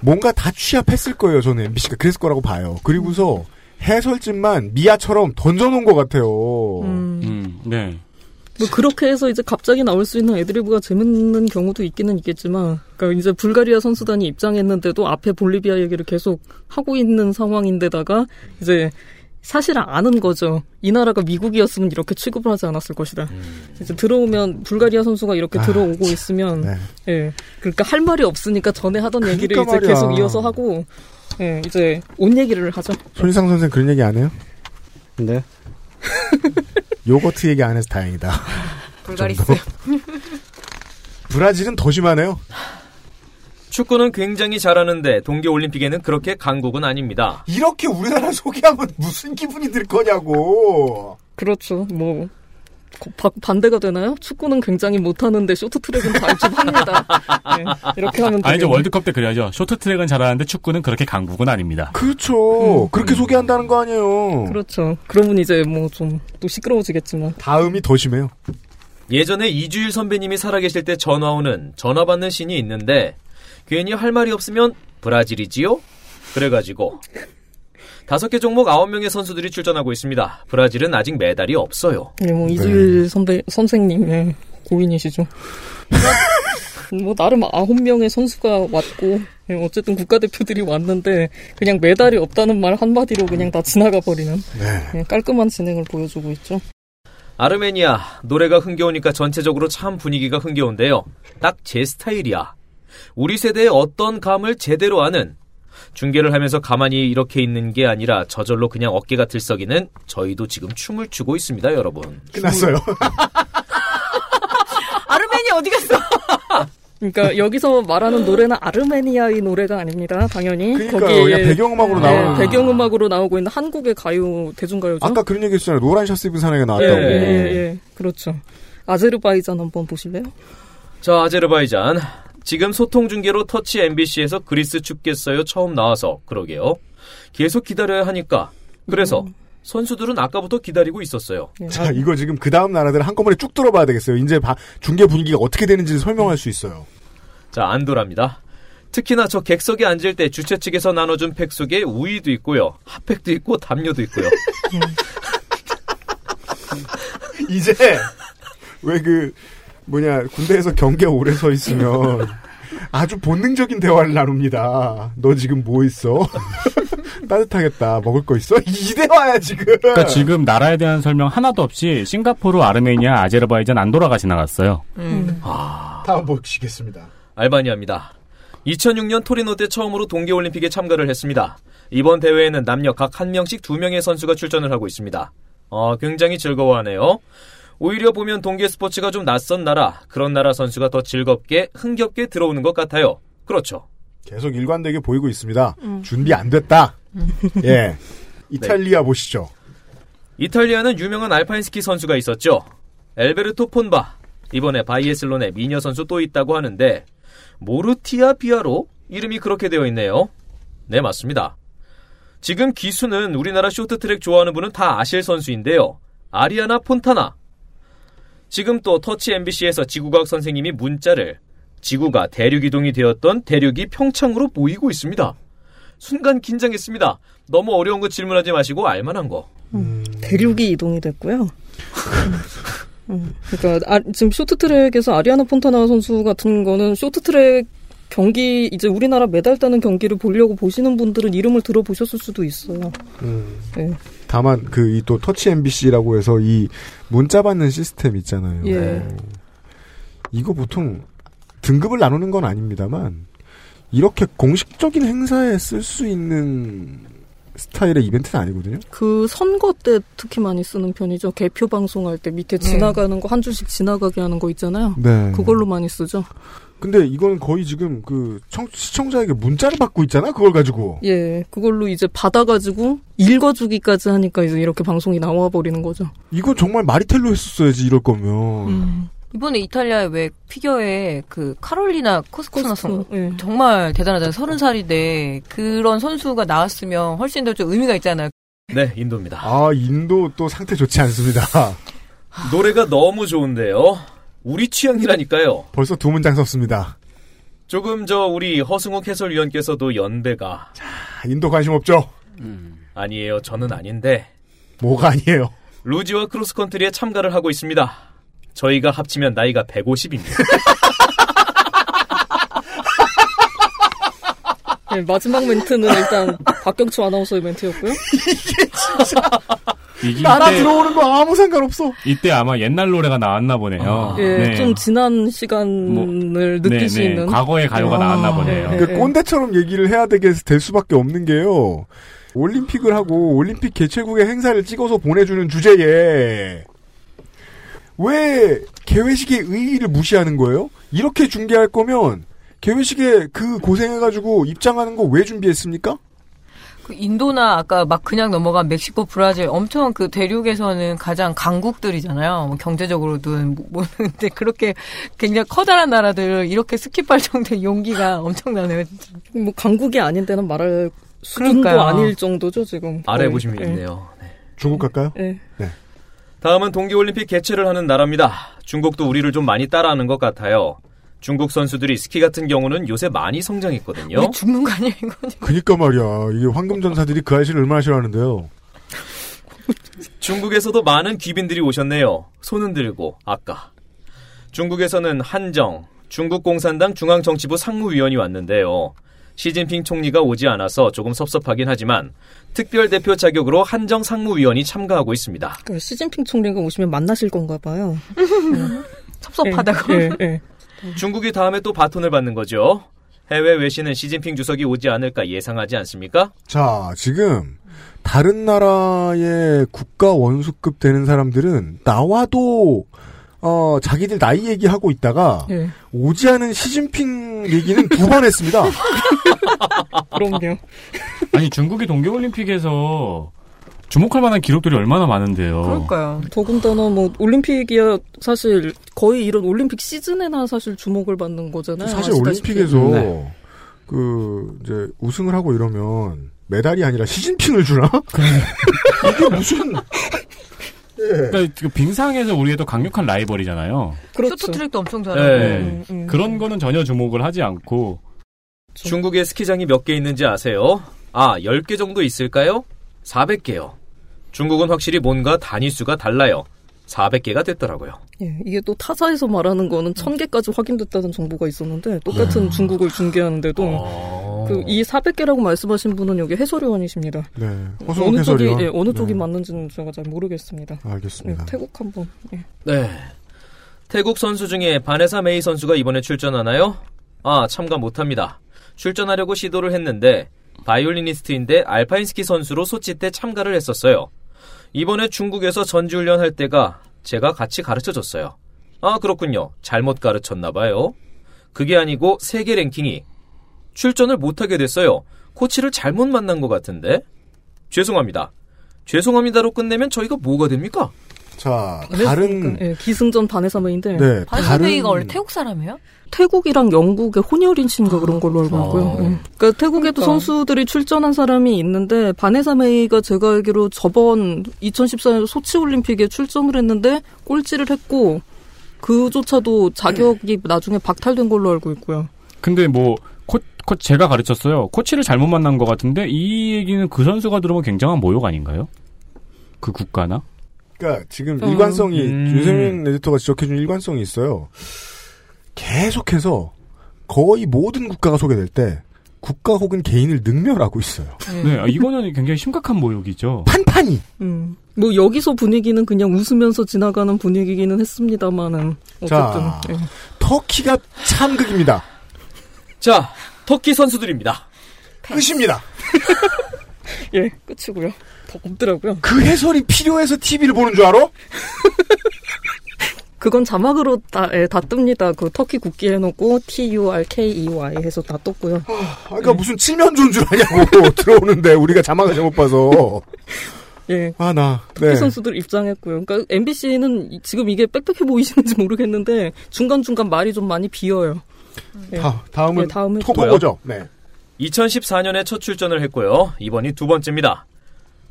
[SPEAKER 7] 뭔가 다 취합했을 거예요. 저는 MBC가 그랬을 거라고 봐요. 그리고서 해설진만 미아처럼 던져놓은 것 같아요.
[SPEAKER 10] 음.
[SPEAKER 8] 네.
[SPEAKER 10] 뭐 그렇게 해서 이제 갑자기 나올 수 있는 애드리브가 재밌는 경우도 있기는 있겠지만, 그러니까 이제 불가리아 선수단이 입장했는데도 앞에 볼리비아 얘기를 계속 하고 있는 상황인데다가 이제 사실 아는 거죠. 이 나라가 미국이었으면 이렇게 취급을 하지 않았을 것이다. 이제 들어오면 불가리아 선수가
[SPEAKER 15] 음.
[SPEAKER 10] 이렇게
[SPEAKER 15] 아,
[SPEAKER 10] 들어오고 있으면,
[SPEAKER 7] 네.
[SPEAKER 10] 예, 그러니까 할 말이 없으니까 전에 하던 얘기를 이제
[SPEAKER 15] 그러니까 말이야.
[SPEAKER 10] 계속 이어서 하고, 예, 이제 온 얘기를 하죠.
[SPEAKER 7] 손희상 선생 그런 얘기 안 해요?
[SPEAKER 11] 네.
[SPEAKER 7] *laughs* 요거트 얘기 안 해서
[SPEAKER 10] *laughs*
[SPEAKER 7] 다행이다.
[SPEAKER 9] 불가리스.
[SPEAKER 7] *laughs* 브라질은 더 심하네요.
[SPEAKER 12] 축구는 굉장히 잘하는데 동계올림픽에는 그렇게 강국은 아닙니다.
[SPEAKER 7] 이렇게 우리나라 소개하면 무슨 기분이 들 거냐고.
[SPEAKER 10] 그렇죠. 뭐 거- 바- 반대가 되나요? 축구는 굉장히 못하는데 쇼트트랙은 잘집합니다 이렇게 하면
[SPEAKER 8] 아, 이제
[SPEAKER 10] 되겠네.
[SPEAKER 8] 월드컵 때 그래야죠. 쇼트트랙은 잘하는데 축구는 그렇게 강국은 아닙니다.
[SPEAKER 7] 그렇죠. 그렇게 소개한다는 거 아니에요.
[SPEAKER 10] 그렇죠. 그러면 이제 뭐 좀 또 시끄러워지겠지만
[SPEAKER 7] 다음이 더 심해요.
[SPEAKER 12] 예전에 이주일 선배님이 살아계실 때 전화 오는 전화 받는 신이 있는데 괜히 할 말이 없으면 브라질이지요? 그래가지고 다섯 개 종목 아홉 명의 선수들이 출전하고 있습니다. 브라질은 아직 메달이 없어요.
[SPEAKER 10] 예,
[SPEAKER 8] 음,
[SPEAKER 7] 네.
[SPEAKER 10] 뭐 이주일 선배 선생님 예, 고인이시죠. *laughs* 뭐 나름 아홉 명의 선수가 왔고 예, 어쨌든 국가대표들이 왔는데 그냥 메달이 없다는 말 한마디로 그냥 다 지나가 버리는
[SPEAKER 7] 네.
[SPEAKER 10] 예, 깔끔한 진행을 보여주고 있죠.
[SPEAKER 12] 아르메니아 노래가 흥겨우니까 전체적으로 참 분위기가 흥겨운데요. 딱 제 스타일이야. 우리 세대의 어떤 감을 제대로 아는 중계를 하면서 가만히 이렇게 있는 게 아니라 저절로 그냥 어깨가 들썩이는 저희도 지금 춤을 추고 있습니다, 여러분.
[SPEAKER 8] *laughs*
[SPEAKER 7] 끝났어요.
[SPEAKER 9] 아르메니아 어디 갔어?
[SPEAKER 10] 그러니까 여기서 말하는 노래는 아르메니아의 노래가 아닙니다. 당연히
[SPEAKER 7] 그러니까요.
[SPEAKER 8] 예,
[SPEAKER 7] 그냥 배경음악으로 나오는.
[SPEAKER 10] 배경음악으로 나오고 있는 한국의 가요 대중가요죠.
[SPEAKER 7] 아까 그런 얘기 했잖아요. 노란 셔츠 입은 사내가
[SPEAKER 10] 예,
[SPEAKER 7] 나왔다고.
[SPEAKER 10] 예, 예, 예. 그렇죠. 아제르바이잔 한번 보실래요?
[SPEAKER 12] 자, 아제르바이잔. 지금 소통 중계로 터치 MBC에서 그리스 춥겠어요 처음 나와서 그러게요. 계속 기다려야 하니까. 그래서 선수들은 아까부터 기다리고 있었어요.
[SPEAKER 7] 자, 이거 지금 그 다음 나라들 한꺼번에 쭉 들어봐야 되겠어요. 이제 바- 중계 분위기가 어떻게 되는지 설명할 수 있어요.
[SPEAKER 12] 자, 안도라입니다. 특히나 저 객석에 앉을 때 주최 측에서 나눠준 팩 속에 우유도 있고요. 핫팩도 있고 담요도 있고요.
[SPEAKER 7] *laughs* 이제 왜 그 뭐냐 군대에서 경계 오래 서 있으면 아주 본능적인 대화를 나눕니다. 너 지금 뭐 있어? *laughs* 따뜻하겠다. 먹을 거 있어? *laughs* 이 대화야 지금.
[SPEAKER 8] 그러니까
[SPEAKER 10] 네.
[SPEAKER 8] 지금 나라에 대한 설명 하나도 없이 싱가포르, 아르메니아, 아제르바이잔 안도라가 지나갔어요.
[SPEAKER 7] 다음 보시겠습니다.
[SPEAKER 12] 알바니아입니다. 2006년 토리노 때 처음으로 동계올림픽에 참가를 했습니다. 이번 대회에는 남녀 각 한 명씩 두 명의 선수가 출전을 하고 있습니다. 어, 굉장히 즐거워하네요. 오히려 보면 동계 스포츠가 좀 낯선 나라, 그런 나라 선수가 더 즐겁게, 흥겹게 들어오는 것 같아요. 그렇죠.
[SPEAKER 7] 계속 일관되게 보이고 있습니다.
[SPEAKER 9] 음.
[SPEAKER 7] 준비 안 됐다.
[SPEAKER 10] 음.
[SPEAKER 7] *laughs* 예. 이탈리아 보시죠.
[SPEAKER 12] 이탈리아는 유명한 알파인 스키 선수가 있었죠. 엘베르토 폰바. 이번에 바이에슬론에 미녀 선수 또 있다고 하는데 모르티아 비아로 이름이 그렇게 되어 있네요. 네, 맞습니다. 지금 기수는 우리나라 쇼트트랙 좋아하는 분은 다 아실 선수인데요. 아리아나 폰타나. 지금 또 터치 MBC에서 지구과학 선생님이 문자를 지구가 대륙 이동이 되었던 대륙이 평창으로 보이고 있습니다. 순간 긴장했습니다. 너무 어려운 거 질문하지 마시고 알만한 거.
[SPEAKER 10] 대륙이 이동이 됐고요. 음, 그러니까 아, 지금 쇼트트랙에서 아리아나 폰타나 선수 같은 거는 쇼트트랙 경기 이제 우리나라 메달 따는 경기를 보려고 보시는 분들은 이름을 들어보셨을 수도 있어요. 예.
[SPEAKER 7] 다만 그 이 또 터치 MBC라고 해서 이 문자 받는 시스템 있잖아요. 네.
[SPEAKER 10] 예.
[SPEAKER 7] 이거 보통 등급을 나누는 건 아닙니다만 이렇게 공식적인 행사에 쓸 수 있는 스타일의 이벤트는 아니거든요.
[SPEAKER 10] 그 선거 때 특히 많이 쓰는 편이죠. 개표 방송할 때 밑에 지나가는 거 한 줄씩 지나가게 하는 거 있잖아요.
[SPEAKER 7] 네.
[SPEAKER 10] 그걸로 많이 쓰죠.
[SPEAKER 7] 근데 이건 거의 지금 그 청- 시청자에게 문자를 받고 있잖아. 그걸 가지고
[SPEAKER 10] 예, 그걸로 이제 받아가지고 읽어주기까지 하니까 이제 이렇게 방송이 나와 버리는 거죠. 음.
[SPEAKER 7] 이건 정말 마리텔로 했었어야지 이럴 거면.
[SPEAKER 9] 이번에 이탈리아에 왜 피겨에 그 카롤리나 코스코나 선
[SPEAKER 10] 예.
[SPEAKER 9] 정말 대단하잖아요. 서른 살인데 그런 선수가 나왔으면 훨씬 더 좀 의미가 있잖아요.
[SPEAKER 12] 네, 인도입니다.
[SPEAKER 7] 아 인도 또 상태 좋지 않습니다. *laughs*
[SPEAKER 12] 노래가 너무 좋은데요. 우리 취향이라니까요.
[SPEAKER 7] 벌써 두 문장 썼습니다.
[SPEAKER 12] 조금 저 우리 허승욱 해설위원께서도 연배가
[SPEAKER 7] 아, 인도 관심 없죠?
[SPEAKER 12] 아니에요. 저는 아닌데
[SPEAKER 7] 뭐가 아니에요.
[SPEAKER 12] 루지와 크로스컨트리에 참가를 하고 있습니다. 저희가 합치면 나이가
[SPEAKER 10] *laughs*
[SPEAKER 12] 150입니다.
[SPEAKER 10] 예, 마지막 멘트는
[SPEAKER 9] *laughs*
[SPEAKER 10] 일단 박경초 아나운서의 멘트였고요.
[SPEAKER 8] 이게
[SPEAKER 10] 나라
[SPEAKER 8] 이때-
[SPEAKER 10] 들어오는
[SPEAKER 7] 거 아무 상관없어.
[SPEAKER 8] 이때 아마 옛날 노래가 나왔나 보네요.
[SPEAKER 10] 예, 좀 지난 시간을
[SPEAKER 8] 뭐,
[SPEAKER 10] 느낄
[SPEAKER 8] 네,
[SPEAKER 10] 수
[SPEAKER 8] 네.
[SPEAKER 10] 있는
[SPEAKER 8] 과거의 가요가
[SPEAKER 10] 아,
[SPEAKER 8] 나왔나 보네요.
[SPEAKER 10] 네,
[SPEAKER 7] 그
[SPEAKER 10] 네.
[SPEAKER 7] 꼰대처럼 얘기를 해야 되게 될 수밖에 없는 게요. 올림픽을 하고 올림픽 개최국의 행사를 찍어서 보내주는 주제에 왜 개회식의 의의를 무시하는 거예요? 이렇게 중계할 거면 개회식에 그 고생해가지고 입장하는 거 왜 준비했습니까?
[SPEAKER 9] 그 인도나 아까 막 그냥 넘어간 멕시코, 브라질 엄청 그 대륙에서는 가장 강국들이잖아요. 뭐 경제적으로든 *laughs* 뭐- 뭐는데 그렇게 굉장히 커다란 나라들 이렇게 스킵할 정도의 용기가 엄청나네요.
[SPEAKER 10] 뭐 강국이 아닌 데는 말할 수준도
[SPEAKER 9] 그러니까요.
[SPEAKER 10] 아닐 정도죠 지금.
[SPEAKER 12] 아래
[SPEAKER 10] 거의.
[SPEAKER 12] 보시면
[SPEAKER 10] 예.
[SPEAKER 12] 있네요.
[SPEAKER 7] 중국 갈까요?
[SPEAKER 10] 네.
[SPEAKER 12] 다음은 동계올림픽 개최를 하는 나라입니다. 중국도 우리를 좀 많이 따라하는 것 같아요. 중국 선수들이 스키 같은 경우는 요새 많이 성장했거든요.
[SPEAKER 10] 그렇죠.
[SPEAKER 9] 우리 죽는 거 예? 아니야 이거?
[SPEAKER 7] 그니까 말이야. 이게 황금전사들이 그 아이씨를 얼마나 싫어하는데요.
[SPEAKER 12] 중국에서도 많은 귀빈들이 오셨네요. 손은 들고 아까 중국에서는 한정 중국 공산당 중앙정치부 상무위원이 왔는데요. 시진핑 총리가 오지 않아서 조금 섭섭하긴 하지만 특별 대표 자격으로 한정 상무위원이 참가하고 있습니다.
[SPEAKER 10] 그러니까 시진핑 총리가 오시면 만나실 건가 봐요.
[SPEAKER 9] *laughs* 섭섭하다고.
[SPEAKER 10] 예, 예.
[SPEAKER 12] 중국이 다음에 또 바톤을 받는 거죠. 해외 외신은 시진핑 주석이 오지 않을까 예상하지 않습니까?
[SPEAKER 7] 자, 지금 다른 나라의 국가 원수급 되는 사람들은 나와도 어, 자기들 나이 얘기하고 있다가
[SPEAKER 10] 예.
[SPEAKER 7] 오지 않은 시진핑 얘기는 두
[SPEAKER 10] *laughs*
[SPEAKER 7] 번 했습니다.
[SPEAKER 10] 그럼요.
[SPEAKER 8] 아니 중국이 동계올림픽에서 주목할 만한 기록들이 얼마나
[SPEAKER 9] *laughs*
[SPEAKER 8] 많은데요.
[SPEAKER 9] 그럴까요?
[SPEAKER 10] 더군다나 뭐 올림픽이야 사실 거의 이런 올림픽 시즌에나 사실 주목을 받는 거잖아요.
[SPEAKER 7] 사실
[SPEAKER 10] 아시다시피.
[SPEAKER 7] 올림픽에서
[SPEAKER 10] 네.
[SPEAKER 7] 그 이제 우승을 하고 이러면 메달이 아니라 시진핑을 주나? 이게
[SPEAKER 10] *laughs*
[SPEAKER 7] 무슨 예.
[SPEAKER 8] 그러니까 그 빙상에서 우리의 더 강력한 라이벌이잖아요.
[SPEAKER 10] 그렇죠.
[SPEAKER 9] 쇼트트랙도 엄청 잘하고.
[SPEAKER 8] 네.
[SPEAKER 9] 음, 음.
[SPEAKER 8] 그런 거는 전혀 주목을 하지 않고
[SPEAKER 10] 그렇죠.
[SPEAKER 12] 중국에 스키장이 몇 개 있는지 아세요? 아, 10개 정도 있을까요? 400개요. 중국은 확실히 뭔가 단위수가 달라요. 400개가 됐더라고요.
[SPEAKER 10] 예, 이게 또 타사에서 말하는 거는 천 개까지 확인됐다는 정보가 있었는데 똑같은
[SPEAKER 7] 네.
[SPEAKER 10] 중국을 중계하는데도
[SPEAKER 7] 아.
[SPEAKER 10] 그 이 400개라고 말씀하신 분은 여기 해설위원이십니다.
[SPEAKER 7] 네. 허수옥
[SPEAKER 10] 어느 쪽이
[SPEAKER 7] 해설위원.
[SPEAKER 10] 예, 어느
[SPEAKER 7] 네.
[SPEAKER 10] 쪽이 맞는지는 제가 잘 모르겠습니다.
[SPEAKER 7] 알겠습니다.
[SPEAKER 10] 예, 태국 한번. 예.
[SPEAKER 12] 네. 태국 선수 중에 바네사 메이 선수가 이번에 출전하나요? 아, 참가 못합니다. 출전하려고 시도를 했는데 바이올리니스트인데 알파인스키 선수로 소치 때 참가를 했었어요. 이번에 중국에서 전지훈련 할 때가 제가 같이 가르쳐 줬어요. 아, 그렇군요. 잘못 가르쳤나 봐요. 그게 아니고 세계 랭킹이 출전을 못하게 됐어요. 코치를 잘못 만난 것 같은데. 죄송합니다. 죄송합니다로 끝내면 저희가 뭐가 됩니까?
[SPEAKER 7] 자, 다른
[SPEAKER 10] 예, 기승전 바네사메인데.
[SPEAKER 7] 네,
[SPEAKER 9] 반스베이가 원래 태국 사람이에요?
[SPEAKER 10] 태국이랑 영국의 혼혈인신가 그런 걸로 알고 있고요.
[SPEAKER 12] 어.
[SPEAKER 9] 아,
[SPEAKER 10] 예. 그러니까
[SPEAKER 9] 그러니까.
[SPEAKER 10] 태국에도 선수들이 출전한 사람이 있는데 바네사 메이가 제가 알기로 저번 2014년 소치 올림픽에 출전을 했는데 꼴찌를 했고 그조차도 자격이 나중에 박탈된 걸로 알고 있고요.
[SPEAKER 8] 근데 뭐 코, 코 제가 가르쳤어요. 코치를 잘못 만난 것 같은데 이 얘기는 그 선수가 들으면 굉장한 모욕 아닌가요? 그 국가나?
[SPEAKER 7] 그러니까 지금
[SPEAKER 8] 어.
[SPEAKER 7] 일관성이
[SPEAKER 8] 음.
[SPEAKER 7] 유세민 에디터가 지적해준 일관성이 있어요. 계속해서 거의 모든 국가가 소개될 때 국가 혹은 개인을 능멸하고 있어요.
[SPEAKER 8] 네, 아, 이거는 굉장히 심각한 모욕이죠.
[SPEAKER 7] 판판이.
[SPEAKER 10] 음. 뭐 여기서 분위기는 그냥 웃으면서 지나가는 분위기기는 했습니다만은 어쨌든
[SPEAKER 7] 자.
[SPEAKER 10] 예.
[SPEAKER 7] 터키가 참극입니다.
[SPEAKER 12] 자, 터키 선수들입니다.
[SPEAKER 7] 끝입니다.
[SPEAKER 10] 예, 끝이고요. 더 없더라고요.
[SPEAKER 7] 그 해설이 필요해서 TV를 보는 줄 알아?
[SPEAKER 10] 그건 자막으로 다, 예, 다 뜹니다. 그 터키 국기 해놓고 T-U-R-K-E-Y E 해서 다 떴고요. 음.
[SPEAKER 7] 그러니까 무슨 칠면조인 줄 아냐고 *laughs* 들어오는데 우리가 자막을 잘못 봐서.
[SPEAKER 10] 예.
[SPEAKER 7] 아, 나.
[SPEAKER 10] 터키 선수들 입장했고요. 그러니까 MBC는 지금 이게 빽빽해 보이시는지 모르겠는데 중간중간 말이 좀 많이 비어요. 예. 예, 다음은 또-
[SPEAKER 7] 네.
[SPEAKER 12] 2014년에 첫 출전을 했고요. 이번이 두 번째입니다.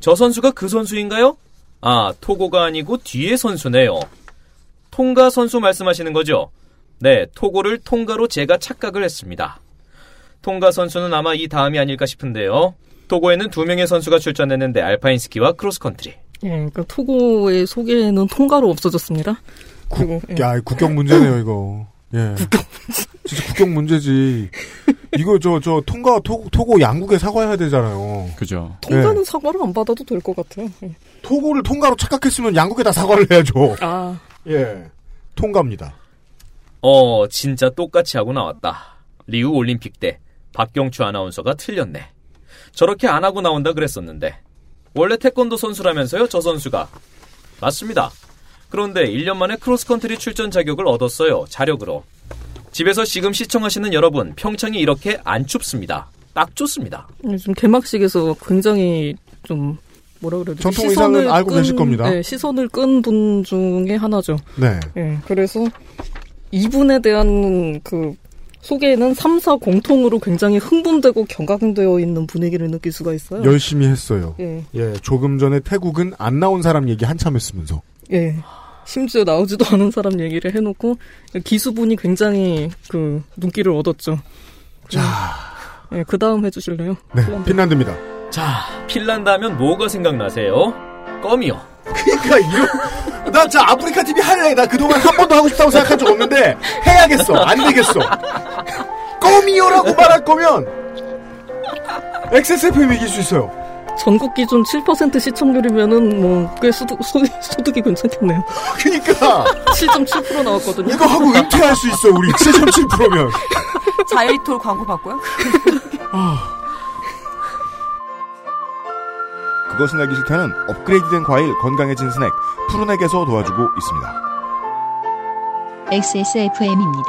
[SPEAKER 12] 저 선수가 그 선수인가요? 아, 토고가 아니고 뒤에 선수네요. 통가 선수 말씀하시는 거죠? 네, 토고를 통가로 제가 착각을 했습니다. 통가 선수는 아마 이 다음이 아닐까 싶은데요. 토고에는 두 명의 선수가 출전했는데 알파인 스키와 크로스컨트리.
[SPEAKER 10] 예, 그러니까 토고의 소개는 통과로 없어졌습니다. 그리고 예.
[SPEAKER 7] 야, 국경
[SPEAKER 10] *laughs*
[SPEAKER 7] 문제네요, 이거. 예. 국경 진짜 국경 문제지. 이거 저, 저, 통과, 토고, 토고 양국에 사과해야 되잖아요.
[SPEAKER 8] 그죠.
[SPEAKER 10] 통과는 사과를 안 받아도 될 것 같아요. 예.
[SPEAKER 7] 토고를 통과로 착각했으면 양국에다 사과를 해야죠.
[SPEAKER 10] 아,
[SPEAKER 7] 예. 통과입니다.
[SPEAKER 12] 어, 진짜 똑같이 하고 나왔다. 리우 올림픽 때 박경추 아나운서가 틀렸네. 저렇게 안 하고 나온다 그랬었는데. 원래 태권도 선수라면서요, 저 선수가. 맞습니다. 그런데 1년 만에 크로스컨트리 출전 자격을 얻었어요, 자력으로. 집에서 지금 시청하시는 여러분, 평창이 이렇게 안 춥습니다. 딱 좋습니다.
[SPEAKER 10] 요즘 개막식에서 굉장히 좀 뭐라 그래야 되지?
[SPEAKER 7] 전통
[SPEAKER 10] 시선을
[SPEAKER 7] 의상은 알고
[SPEAKER 10] 끈-
[SPEAKER 7] 계실 겁니다.
[SPEAKER 10] 예, 시선을 끈 분 중에 하나죠.
[SPEAKER 7] 네.
[SPEAKER 10] 예, 그래서 이분에 대한 그 소개는 3, 사 공통으로 굉장히 흥분되고 경각되어 있는 분위기를 느낄 수가 있어요.
[SPEAKER 7] 열심히 했어요.
[SPEAKER 10] 예.
[SPEAKER 7] 예, 조금 전에 태국은 안 나온 사람 얘기 한참 했으면서.
[SPEAKER 10] 예. 심지어 나오지도 않은 사람 얘기를 해놓고 기수분이 굉장히 그 눈길을 얻었죠. 자, 예, 그 다음 해주실래요?
[SPEAKER 7] 네, 핀란드입니다.
[SPEAKER 12] 자, 핀란드 하면 뭐가 생각나세요? 껌이요.
[SPEAKER 7] 그니까, 이거. 나 진짜 아프리카 TV 할래. 나 그동안 한 번도 하고 싶다고 생각한 적 없는데, 해야겠어. 안 되겠어. 껌이요라고 말할 거면, XSFM이 이길 수 있어요.
[SPEAKER 10] 전국 기준 7% *laughs* 시청률이면은 뭐 꽤 소득 소, 소득이 괜찮겠네요. *laughs*
[SPEAKER 7] 그니까
[SPEAKER 10] 7.7% 나왔거든요.
[SPEAKER 7] 그러니까 이거 하고 은퇴할 수 있어, 우리. 7.7%면.
[SPEAKER 9] 자일리톨 광고 받고요?
[SPEAKER 13] 그것은 알기 싫다는 업그레이드된 과일 건강해진 스낵 푸른액에서 도와주고 있습니다.
[SPEAKER 1] XSFM입니다.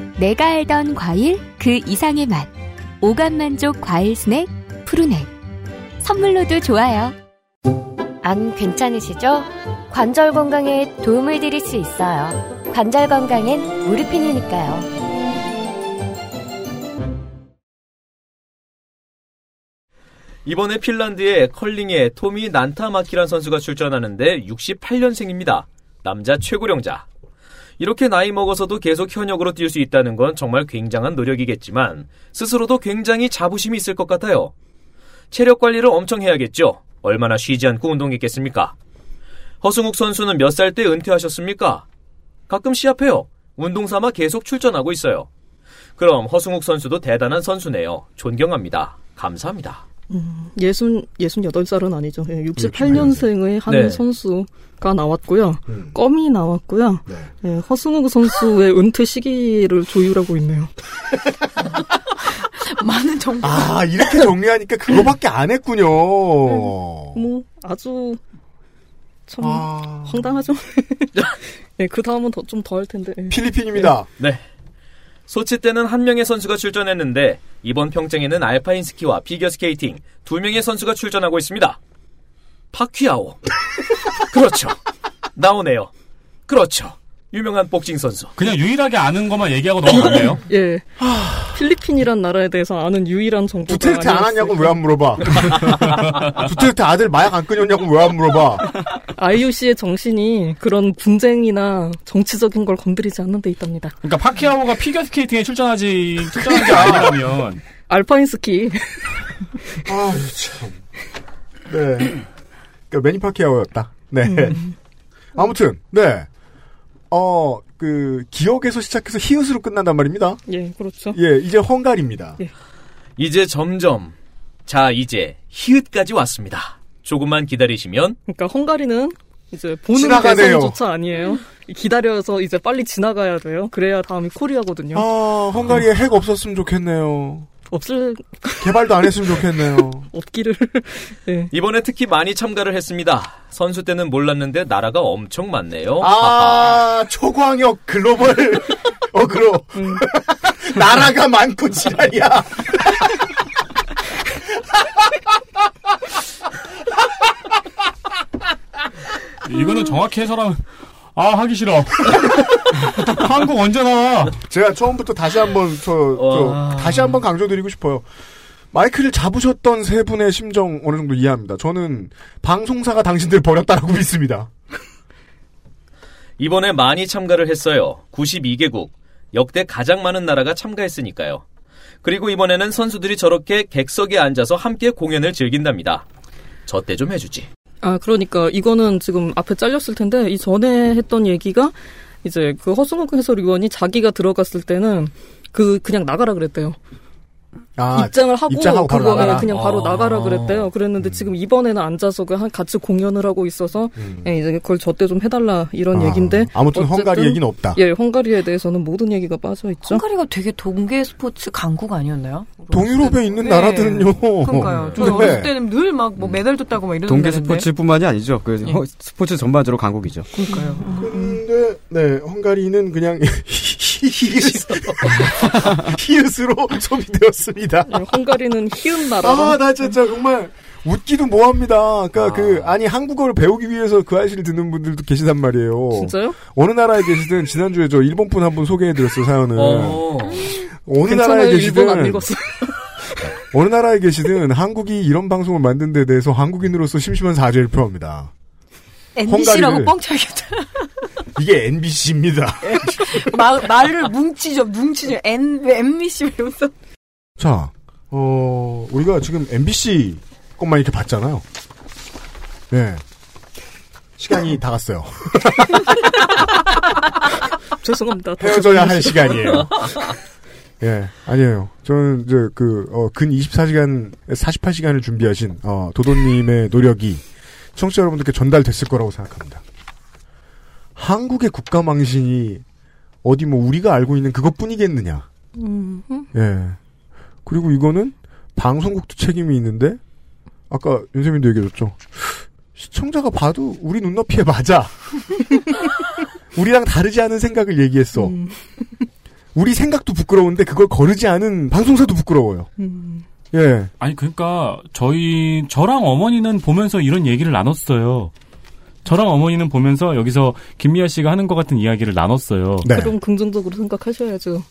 [SPEAKER 16] 내가 알던 과일 그 이상의 맛. 오감 만족 과일 스낵 푸르넥. 선물로도 좋아요.
[SPEAKER 17] 안 괜찮으시죠? 관절 건강에 도움을 드릴 수 있어요. 관절 건강엔 무릎핀이니까요.
[SPEAKER 12] 이번에 핀란드의 컬링의 토미 난타마키란 선수가 출전하는데 68년생입니다. 남자 최고령자. 이렇게 나이 먹어서도 계속 현역으로 뛸 수 있다는 건 정말 굉장한 노력이겠지만 스스로도 굉장히 자부심이 있을 것 같아요. 체력 관리를 엄청 해야겠죠. 얼마나 쉬지 않고 운동했겠습니까? 허승욱 선수는 몇 살 때 은퇴하셨습니까? 가끔 시합해요. 운동 삼아 계속 출전하고 있어요. 그럼 허승욱 선수도 대단한 선수네요. 존경합니다. 감사합니다.
[SPEAKER 10] 음, 예순 예순 여덟 살은 아니죠. 68년생의 한
[SPEAKER 12] 네.
[SPEAKER 10] 선수가 나왔고요.
[SPEAKER 12] 음.
[SPEAKER 10] 껌이 나왔고요. 예, 허승욱 선수의 은퇴 시기를 조율하고 있네요.
[SPEAKER 9] 많은 정보.
[SPEAKER 7] 아, 이렇게 정리하니까 그거밖에 안 했군요.
[SPEAKER 10] 뭐 아주 참
[SPEAKER 7] 아,
[SPEAKER 10] 황당하죠. 예, 그 다음은 더 좀 더 할 텐데. 예.
[SPEAKER 7] 필리핀입니다.
[SPEAKER 12] 네. 소치 때는 한 명의 선수가 출전했는데 이번 평창에는 알파인 스키와 피겨 스케이팅 두 명의 선수가 출전하고 있습니다. 파퀴아오. *laughs* 그렇죠. 나오네요. 그렇죠. 유명한 복싱 선수.
[SPEAKER 8] 그냥 유일하게 아는 것만 얘기하고 넘어갔네요.
[SPEAKER 10] 예. 필리핀이란 나라에 대해서 아는 유일한 정보가
[SPEAKER 7] 두테르테 안
[SPEAKER 10] 아니었을
[SPEAKER 7] 하냐고 왜 안 물어봐. 두테르테 아들 마약 안 끊었냐고 왜 안 물어봐.
[SPEAKER 10] IOC의 정신이 그런 분쟁이나 정치적인 걸 건드리지 않는 데 있답니다.
[SPEAKER 8] 그러니까 파키아오가 피겨 스케이팅에 출전하지 출전한 게 아니라면
[SPEAKER 10] 알파인 스키.
[SPEAKER 7] 아, 참. 네. 그러니까 매니파키아오였다. 네.
[SPEAKER 10] 음.
[SPEAKER 7] 아무튼 네. 어, 그 기억에서 시작해서 히읗으로 끝난단 말입니다.
[SPEAKER 10] 예, 그렇죠.
[SPEAKER 7] 예, 이제 헝가리입니다.
[SPEAKER 12] 이제 점점 자 이제 히읗까지 왔습니다. 조금만 기다리시면
[SPEAKER 10] 그러니까 헝가리는 이제 보는
[SPEAKER 12] 지나가네요.
[SPEAKER 10] 대상조차 아니에요. 기다려서 이제 빨리 지나가야 돼요. 그래야 다음이 코리아거든요.
[SPEAKER 7] 아, 헝가리에 핵 없었으면 좋겠네요.
[SPEAKER 10] 없을
[SPEAKER 7] 개발도 안 했으면 좋겠네요.
[SPEAKER 10] 없기를. 네.
[SPEAKER 12] 이번에 특히 많이 참가를 했습니다. 선수 때는 몰랐는데 나라가 엄청
[SPEAKER 10] 어?
[SPEAKER 12] 많네요.
[SPEAKER 7] 아, 초광역 글로벌 *laughs* 어그로.
[SPEAKER 10] 음.
[SPEAKER 7] *laughs* 나라가 많고 지랄이야.
[SPEAKER 8] 이거는 정확히 해설하면 아 하기 싫어. *laughs* 한국 언제 나와?
[SPEAKER 7] 제가 처음부터 다시 한번 저, 저 다시 한번 강조드리고 싶어요. 마이크를 잡으셨던 세 분의 심정 어느 정도 이해합니다. 저는 방송사가 당신들 버렸다라고 믿습니다.
[SPEAKER 12] 이번에 많이 참가를 했어요. 92개국. 역대 가장 많은 나라가 참가했으니까요. 그리고 이번에는 선수들이 저렇게 객석에 앉아서 함께 공연을 즐긴답니다. 저 때 좀 해주지.
[SPEAKER 10] 아, 그러니까 이거는 지금 앞에 잘렸을 텐데 이 전에 했던 얘기가 이제 그 허승욱 해설위원이 자기가 들어갔을 때는 그 그냥 나가라 그랬대요. 입장을 하고,
[SPEAKER 7] 아, 입장하고 바로
[SPEAKER 10] 그거
[SPEAKER 7] 나가라.
[SPEAKER 10] 그냥 바로
[SPEAKER 7] 아. 음.
[SPEAKER 10] 나가라 그랬대요. 그랬는데 지금 이번에는 앉아서 그 한- 같이 공연을 하고 있어서 예, 이제 그걸 저때 좀 해달라 이런
[SPEAKER 7] 아,
[SPEAKER 10] 얘기인데
[SPEAKER 7] 아무튼
[SPEAKER 10] 어쨌든
[SPEAKER 7] 헝가리 얘기는 없다.
[SPEAKER 10] 예, 헝가리에 대해서는 모든 얘기가 빠져 있죠.
[SPEAKER 9] 헝가리가 되게 동계 스포츠 강국 아니었나요?
[SPEAKER 7] 동유럽에 있는
[SPEAKER 9] 네.
[SPEAKER 7] 나라들은요. 음.
[SPEAKER 9] 그러니까요. 저
[SPEAKER 11] 네.
[SPEAKER 9] 어릴 때는 늘 막 뭐 메달 줬다고 막 이러는데.
[SPEAKER 11] 동계 스포츠뿐만이 아니죠. 그
[SPEAKER 16] 네.
[SPEAKER 9] 예.
[SPEAKER 11] 허- 스포츠 전반적으로 강국이죠.
[SPEAKER 9] 그러니까요.
[SPEAKER 7] 근데 네, 헝가리는 그냥 히읗으로 소비되었습니다.
[SPEAKER 10] 네, 헝가리는 히읗 나라.
[SPEAKER 7] 아, 나 진짜 정말 웃기도 뭐합니다. 그러니까 그 아니 한국어를 배우기 위해서 그 아이를 듣는 분들도 계시단 말이에요.
[SPEAKER 10] 진짜요?
[SPEAKER 7] 어느 나라에 계시든 지난주에 저 일본 분 한 분 소개해드렸어요
[SPEAKER 18] 음.
[SPEAKER 7] 사연을.
[SPEAKER 10] 괜찮아요.
[SPEAKER 7] 어느 그 나라에
[SPEAKER 10] 일본 안
[SPEAKER 7] 계시든
[SPEAKER 10] 읽었어요.
[SPEAKER 7] 어느 나라에 계시든 한국이 이런 방송을 만든 데 대해서 한국인으로서 심심한 사죄를 표합니다.
[SPEAKER 9] NBC라고
[SPEAKER 7] 헝가리를-
[SPEAKER 9] 뻥 차겠다.
[SPEAKER 7] 이게 MBC입니다.
[SPEAKER 9] 마, 말을 뭉치죠, 뭉치죠. N, 왜 MBC 이러면서.
[SPEAKER 7] 자, 어, 우리가 지금 MBC 것만 이렇게 봤잖아요. 네. 시간이 다 갔어요.
[SPEAKER 10] *laughs* 죄송합니다.
[SPEAKER 7] 헤어져야 할 시간이에요. 예, 아니에요. 저는 이제 그, 어, 근 24시간, 48시간을 준비하신, 어, 도도님의 노력이 청취자 여러분들께 전달됐을 거라고 생각합니다. 한국의 국가망신이 어디 뭐 우리가 알고 있는 그것뿐이겠느냐.
[SPEAKER 10] 음, 음.
[SPEAKER 7] 예. 그리고 이거는 방송국도 책임이 있는데 아까 윤세민도 얘기해줬죠. 시청자가 봐도 우리 눈높이에 맞아. 우리랑 다르지 않은 생각을 얘기했어. 우리 생각도 부끄러운데 그걸 거르지 않은 방송사도 부끄러워요. 예.
[SPEAKER 8] 아니 그러니까 저희 저랑 어머니는 보면서 이런 얘기를 나눴어요. 저랑 어머니는 보면서 여기서 김미아 씨가 하는 것 같은 이야기를 나눴어요.
[SPEAKER 10] 그럼 긍정적으로 생각하셔야죠.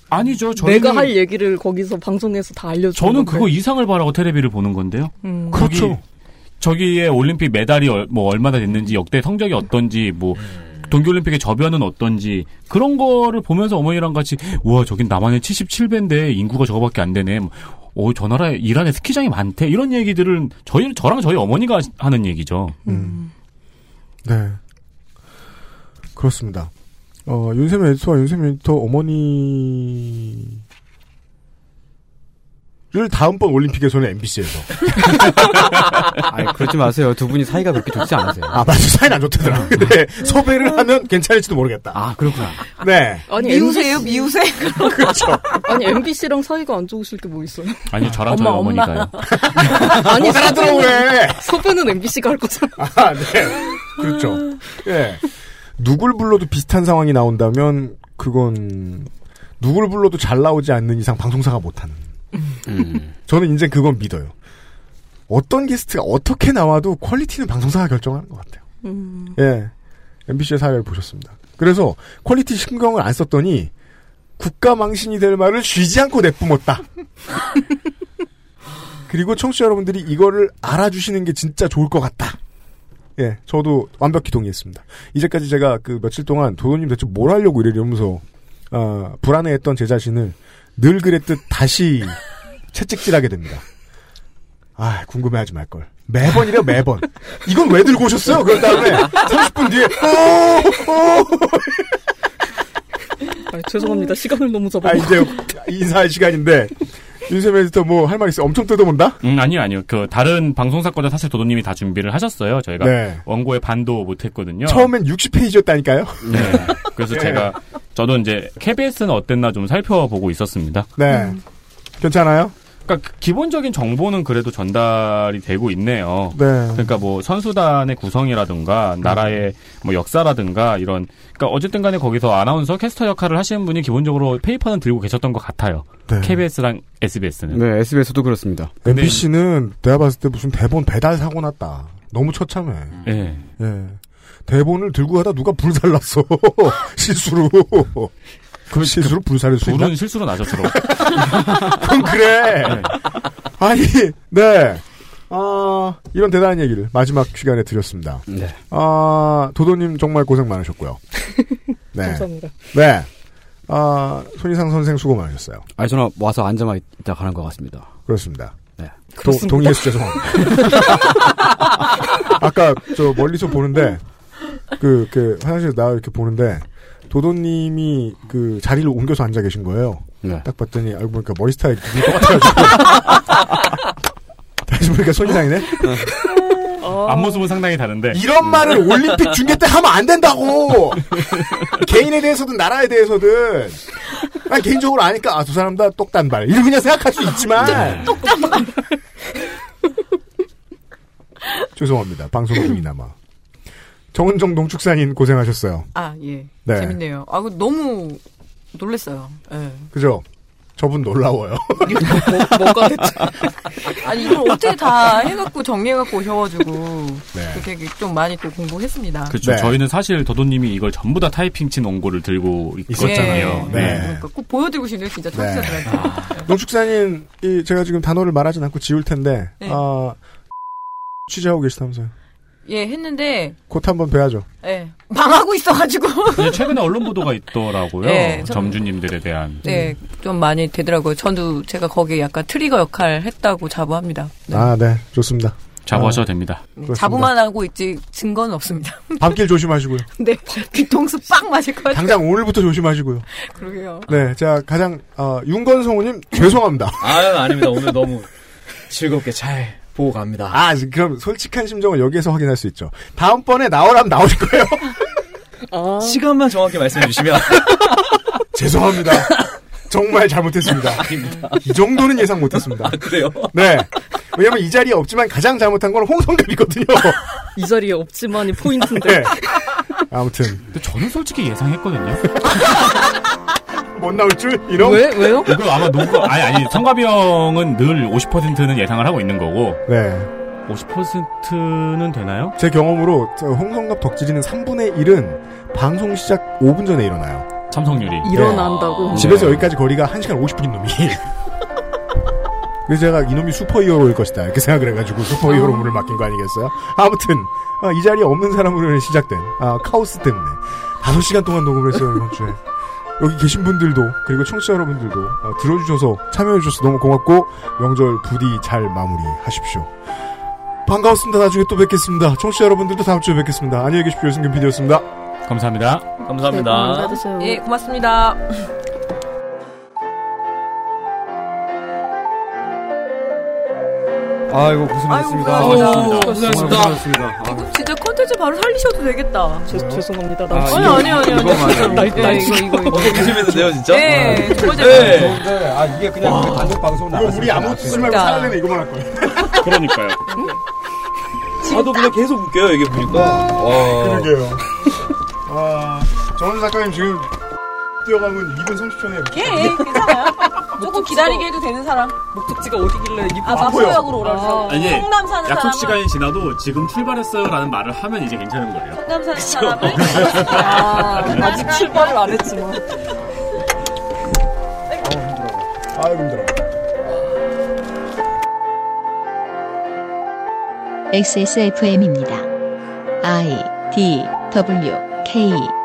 [SPEAKER 7] 네.
[SPEAKER 8] 아니죠. 저희는-
[SPEAKER 10] 네. 내가 할 얘기를 거기서 방송에서 다 알려줘.
[SPEAKER 8] 저는 그거 이상을 바라고 테레비를 보는 건데요.
[SPEAKER 7] 네.
[SPEAKER 10] 음.
[SPEAKER 8] 거기- 예.
[SPEAKER 7] 그렇죠.
[SPEAKER 8] 저기에 올림픽 메달이 얼, 뭐 얼마나 됐는지 역대 성적이 어떤지 뭐
[SPEAKER 7] 음.
[SPEAKER 8] 동계올림픽의 저변은 어떤지 그런 거를 보면서 어머니랑 같이 우와 저긴 남한의 77배인데 인구가 저거밖에 안 되네. 어, 저 나라에 이란에 스키장이 많대. 이런 얘기들은 저희 저랑 저희 어머니가 하시- 하는 얘기죠.
[SPEAKER 7] 네. 그렇습니다. 어, 윤세민 에디터와 윤세민 에디터 어머니를 다음번 올림픽에서는 MBC에서.
[SPEAKER 11] *laughs* 아니, 그러지 마세요. 두 분이 사이가 그렇게 좋지 않으세요.
[SPEAKER 7] 아, 맞아. 사이는 안 좋다더라. 근데 섭외를 하면 괜찮을지도 모르겠다.
[SPEAKER 11] 아, 그렇구나.
[SPEAKER 7] 네.
[SPEAKER 10] 아니,
[SPEAKER 9] 미우세요,
[SPEAKER 10] MBC.
[SPEAKER 9] 미우세.
[SPEAKER 7] 그렇죠.
[SPEAKER 10] *laughs* 아니 MBC랑 사이가 안 좋으실 게 뭐 있어요?
[SPEAKER 8] 아니 저랑 저희
[SPEAKER 10] 엄마,
[SPEAKER 8] 어머니가요.
[SPEAKER 10] 아니 네.
[SPEAKER 7] 못 *laughs* 알아들어,
[SPEAKER 10] 섭외는-
[SPEAKER 7] 왜.
[SPEAKER 10] 섭외는 MBC가 할 거잖아.
[SPEAKER 7] 아, 네. 그렇죠. 예. 누굴 불러도 비슷한 상황이 나온다면 그건 누굴 불러도 잘 나오지 않는 이상 방송사가 못하는. 저는 이제 그건 믿어요. 어떤 게스트가 어떻게 나와도 퀄리티는 방송사가 결정하는 것 같아요. 예. MBC의 사례를 보셨습니다. 그래서 퀄리티 신경을 안 썼더니 국가 망신이 될 말을 쉬지 않고 내뿜었다. 그리고 청취자 여러분들이 이거를 알아주시는 게 진짜 좋을 것 같다. 예, 저도 완벽히 동의했습니다. 이제까지 제가 그 며칠 동안 도도님 대체 뭘 하려고 이래 이러면서 아, 불안해했던 제 자신을 늘 그랬듯 다시 *laughs* 채찍질하게 됩니다. 아, 궁금해하지 말걸. 매번 이래 매번. 이건 왜 들고 오셨어요? 그런 다음에 30분 뒤에 어, 어.
[SPEAKER 10] 아, 죄송합니다. 시간을 너무 잡아.
[SPEAKER 7] 아 이제 인사할 시간인데 윤세민 에디터 뭐 할 말 있어? 엄청 뜯어본다?
[SPEAKER 8] 음, 아니요, 아니요. 그, 다른 방송사 거는 사실 도도님이 다 준비를 하셨어요. 저희가
[SPEAKER 7] 네.
[SPEAKER 8] 원고에 반도 못했거든요.
[SPEAKER 7] 처음엔 60페이지였다니까요.
[SPEAKER 8] 네. 그래서 제가, 저도 이제, KBS는 어땠나 좀 살펴보고 있었습니다.
[SPEAKER 7] 네.
[SPEAKER 10] 음.
[SPEAKER 7] 괜찮아요?
[SPEAKER 8] 그러니까 기본적인 정보는 그래도 전달이 되고 있네요.
[SPEAKER 7] 네.
[SPEAKER 8] 그러니까 뭐 선수단의 구성이라든가 나라의 뭐 역사라든가 이런 그러니까 어쨌든 간에 거기서 아나운서 캐스터 역할을 하시는 분이 기본적으로 페이퍼는 들고 계셨던 것 같아요. KBS랑 SBS는.
[SPEAKER 11] 네, SBS도 그렇습니다.
[SPEAKER 7] MBC는 내가 봤을 때 무슨 대본 배달 사고 났다. 너무 처참해.
[SPEAKER 8] 예.
[SPEAKER 7] 예. 대본을 들고 가다 누가 불살랐어. *laughs* 실수로. 그럼 실수로 불살을 수 있나?
[SPEAKER 8] 둘은 실수로 나죠, 주로. *laughs*
[SPEAKER 7] 그럼 그래. 아니, 네. 아, 이런 대단한 얘기를 마지막 시간에 드렸습니다.
[SPEAKER 11] 네.
[SPEAKER 7] 아, 도도님 정말
[SPEAKER 10] *laughs*
[SPEAKER 7] 고생 많으셨고요. 네.
[SPEAKER 10] 감사합니다.
[SPEAKER 7] 네. 아, 손희상 선생 수고 많으셨어요.
[SPEAKER 11] 아니, 저는 와서 앉아만 있다 가는 것 같습니다.
[SPEAKER 7] 그렇습니다.
[SPEAKER 11] 네.
[SPEAKER 7] 도- 동의해서 죄송합니다. *laughs* 아까 저 멀리서 보는데 그, 그 화장실 나 이렇게 보는데 도도님이 그 자리를 옮겨서 앉아 계신 거예요. 딱 봤더니 알고 보니까 머리 스타일이 누군 것 *laughs* 같아가지고 다시 보니까 손이상이네.
[SPEAKER 8] 앞모습은 상당히 다른데.
[SPEAKER 7] 이런 말을 올림픽 중계 때 하면 안 된다고. 개인에 대해서든 나라에 대해서든 아니, 개인적으로 아니까 아, 두 사람 다 똑단발 이렇게 그냥 생각할 수 있지만 *laughs* 죄송합니다. 방송 중이나마. 정은정 농축산인 고생하셨어요.
[SPEAKER 9] 아, 예.
[SPEAKER 7] 네.
[SPEAKER 9] 재밌네요. 아, 그 너무 놀랬어요. 예.
[SPEAKER 7] 그죠? 저분 놀라워요. *laughs*
[SPEAKER 9] 뭐가 됐지? 아니, 이걸 어떻게 다 해갖고 정리해갖고 오셔가지고.
[SPEAKER 8] 네.
[SPEAKER 9] 그렇게 좀 많이 또 공부했습니다.
[SPEAKER 8] 그렇죠. 저희는 사실 도도님이 이걸 전부 다 타이핑 친 원고를 들고 있었잖아요.
[SPEAKER 7] 네. 네.
[SPEAKER 9] 그러니까 꼭 보여드리고 싶네요, 진짜
[SPEAKER 7] 네.
[SPEAKER 9] 청취자들한테.
[SPEAKER 7] 농축산인 이 제가 지금 단어를 말하진 않고 지울 텐데
[SPEAKER 9] 네.
[SPEAKER 7] 아 *laughs* 취재하고 계시다면서요.
[SPEAKER 9] 예, 했는데,
[SPEAKER 7] 곧 한번 뵈야죠.
[SPEAKER 9] 예. 망하고 있어가지고.
[SPEAKER 8] 근데 최근에 언론 보도가 있더라고요.
[SPEAKER 9] 네, 저-
[SPEAKER 8] 점주님들에 대한.
[SPEAKER 9] *laughs* 네, 좀 많이 되더라고요. 저도 제가 거기에 약간 트리거 역할 했다고 자부합니다.
[SPEAKER 7] 아, 네. 좋습니다.
[SPEAKER 8] 자부하셔도 됩니다.
[SPEAKER 9] 네, 자부만 하고 있지 증거는 없습니다.
[SPEAKER 7] *laughs*
[SPEAKER 9] *laughs*
[SPEAKER 7] 밤길 조심하시고요.
[SPEAKER 9] 네, 뒤통수 빵 맞을 것 같아요.
[SPEAKER 7] 당장 오늘부터 조심하시고요.
[SPEAKER 9] 그러게요.
[SPEAKER 7] 네, 제가 가장 어, 윤건성우님 *clears throat* 죄송합니다.
[SPEAKER 19] 아유, 아닙니다. 오늘 너무 즐겁게 잘 보고 갑니다.
[SPEAKER 7] 아, 그럼 솔직한 심정을 여기에서 확인할 수 있죠. 다음번에 나오라면 나오실 거예요. *laughs*
[SPEAKER 12] 아,
[SPEAKER 19] 시간만 정확히 말씀해 주시면.
[SPEAKER 12] *laughs*
[SPEAKER 7] 죄송합니다. 정말 잘못했습니다. 이 정도는 예상 못했습니다.
[SPEAKER 19] 그래요?
[SPEAKER 7] 네. 왜냐면 이 자리에 없지만 가장 잘못한 건 홍성갑이거든요.
[SPEAKER 9] *laughs*
[SPEAKER 10] 이 자리에 없지만이 포인트인데.
[SPEAKER 7] *laughs* 네. 아무튼.
[SPEAKER 8] 근데 저는 솔직히 예상했거든요.
[SPEAKER 7] 못 나올 줄? 이런?
[SPEAKER 20] 왜? 왜요?
[SPEAKER 8] 이거 아마 농구, 아니, 아니, 성가비 형은 늘 50%는 예상을 하고 있는 거고.
[SPEAKER 7] 네.
[SPEAKER 8] 50%는 되나요?
[SPEAKER 7] 제 경험으로 저 홍성갑 덕질이는 3분의 1은 방송 시작 5분 전에 일어나요.
[SPEAKER 8] 참석률이.
[SPEAKER 20] 네. 일어난다고?
[SPEAKER 7] 집에서
[SPEAKER 20] 네.
[SPEAKER 7] 여기까지 거리가 1시간 50분인 놈이. 그래서 제가 이놈이 슈퍼히어로일 것이다. 이렇게 생각을 해가지고 슈퍼히어로 물을 맡긴 거 아니겠어요? 아무튼 아, 이 자리에 없는 사람으로 시작된 아, 카오스 때문에 5시간 동안 녹음을 했어요. 이번 주에. 여기 계신 분들도 그리고 청취자 여러분들도 어, 들어주셔서 참여해주셔서 너무 고맙고 명절 부디 잘 마무리하십시오. 반가웠습니다. 나중에 또 뵙겠습니다. 청취자 여러분들도 다음 주에 뵙겠습니다. 안녕히 계십시오. 유승균 PD였습니다.
[SPEAKER 8] 감사합니다.
[SPEAKER 12] 감사합니다.
[SPEAKER 10] 예, 고맙습니다.
[SPEAKER 9] 음,
[SPEAKER 21] 아이고 고생하셨습니다.
[SPEAKER 10] 아이고, 고생하셨습니다.
[SPEAKER 21] 아이고,
[SPEAKER 10] 고생하셨습니다.
[SPEAKER 21] 정말 고생하셨습니다. 아이고.
[SPEAKER 10] 진짜 콘텐츠 바로 살리셔도 되겠다.
[SPEAKER 20] 죄, 죄송합니다.
[SPEAKER 21] 아,
[SPEAKER 10] 아니,
[SPEAKER 21] 이거-
[SPEAKER 10] 아니, 아니, 아니.
[SPEAKER 21] 이거 말이야.
[SPEAKER 10] 나
[SPEAKER 9] 네,
[SPEAKER 10] 이거, 이거, 이거, 이거.
[SPEAKER 12] 조심했는데요, 진짜?
[SPEAKER 10] 네,
[SPEAKER 21] 아,
[SPEAKER 10] 두 번째
[SPEAKER 21] 네.
[SPEAKER 10] 방송.
[SPEAKER 21] 좋은데, 아, 이게 그냥
[SPEAKER 10] 와.
[SPEAKER 21] 단독 방송
[SPEAKER 7] 이거
[SPEAKER 21] 나왔어.
[SPEAKER 7] 우리 아무 짓을 말고
[SPEAKER 10] 그러니까.
[SPEAKER 7] 살아내네 이거만 할 거예요.
[SPEAKER 8] 그러니까요.
[SPEAKER 12] 저도 아, 그냥 계속 웃겨요, 이게 보니까. 와.
[SPEAKER 7] 그러게요. 아, 정원 작가님 지금 뛰어가면 2분 30초 내에
[SPEAKER 10] 예, 예, 괜찮아요. 조금 기다리게 해도 되는 사람. 목적지가 어디길래 이 아, 마포역으로 오라고.
[SPEAKER 18] 아니,
[SPEAKER 10] 성남 사는
[SPEAKER 18] 약속
[SPEAKER 10] 사람은
[SPEAKER 18] 시간이 지나도 지금 출발했어요라는 말을 하면 이제 괜찮은 거예요.
[SPEAKER 10] 성남 사는 사람은 *laughs* 아, 아직 출발을 안 했지만. 뭐.
[SPEAKER 7] 아유 힘들어.
[SPEAKER 1] XSFM입니다. I D W K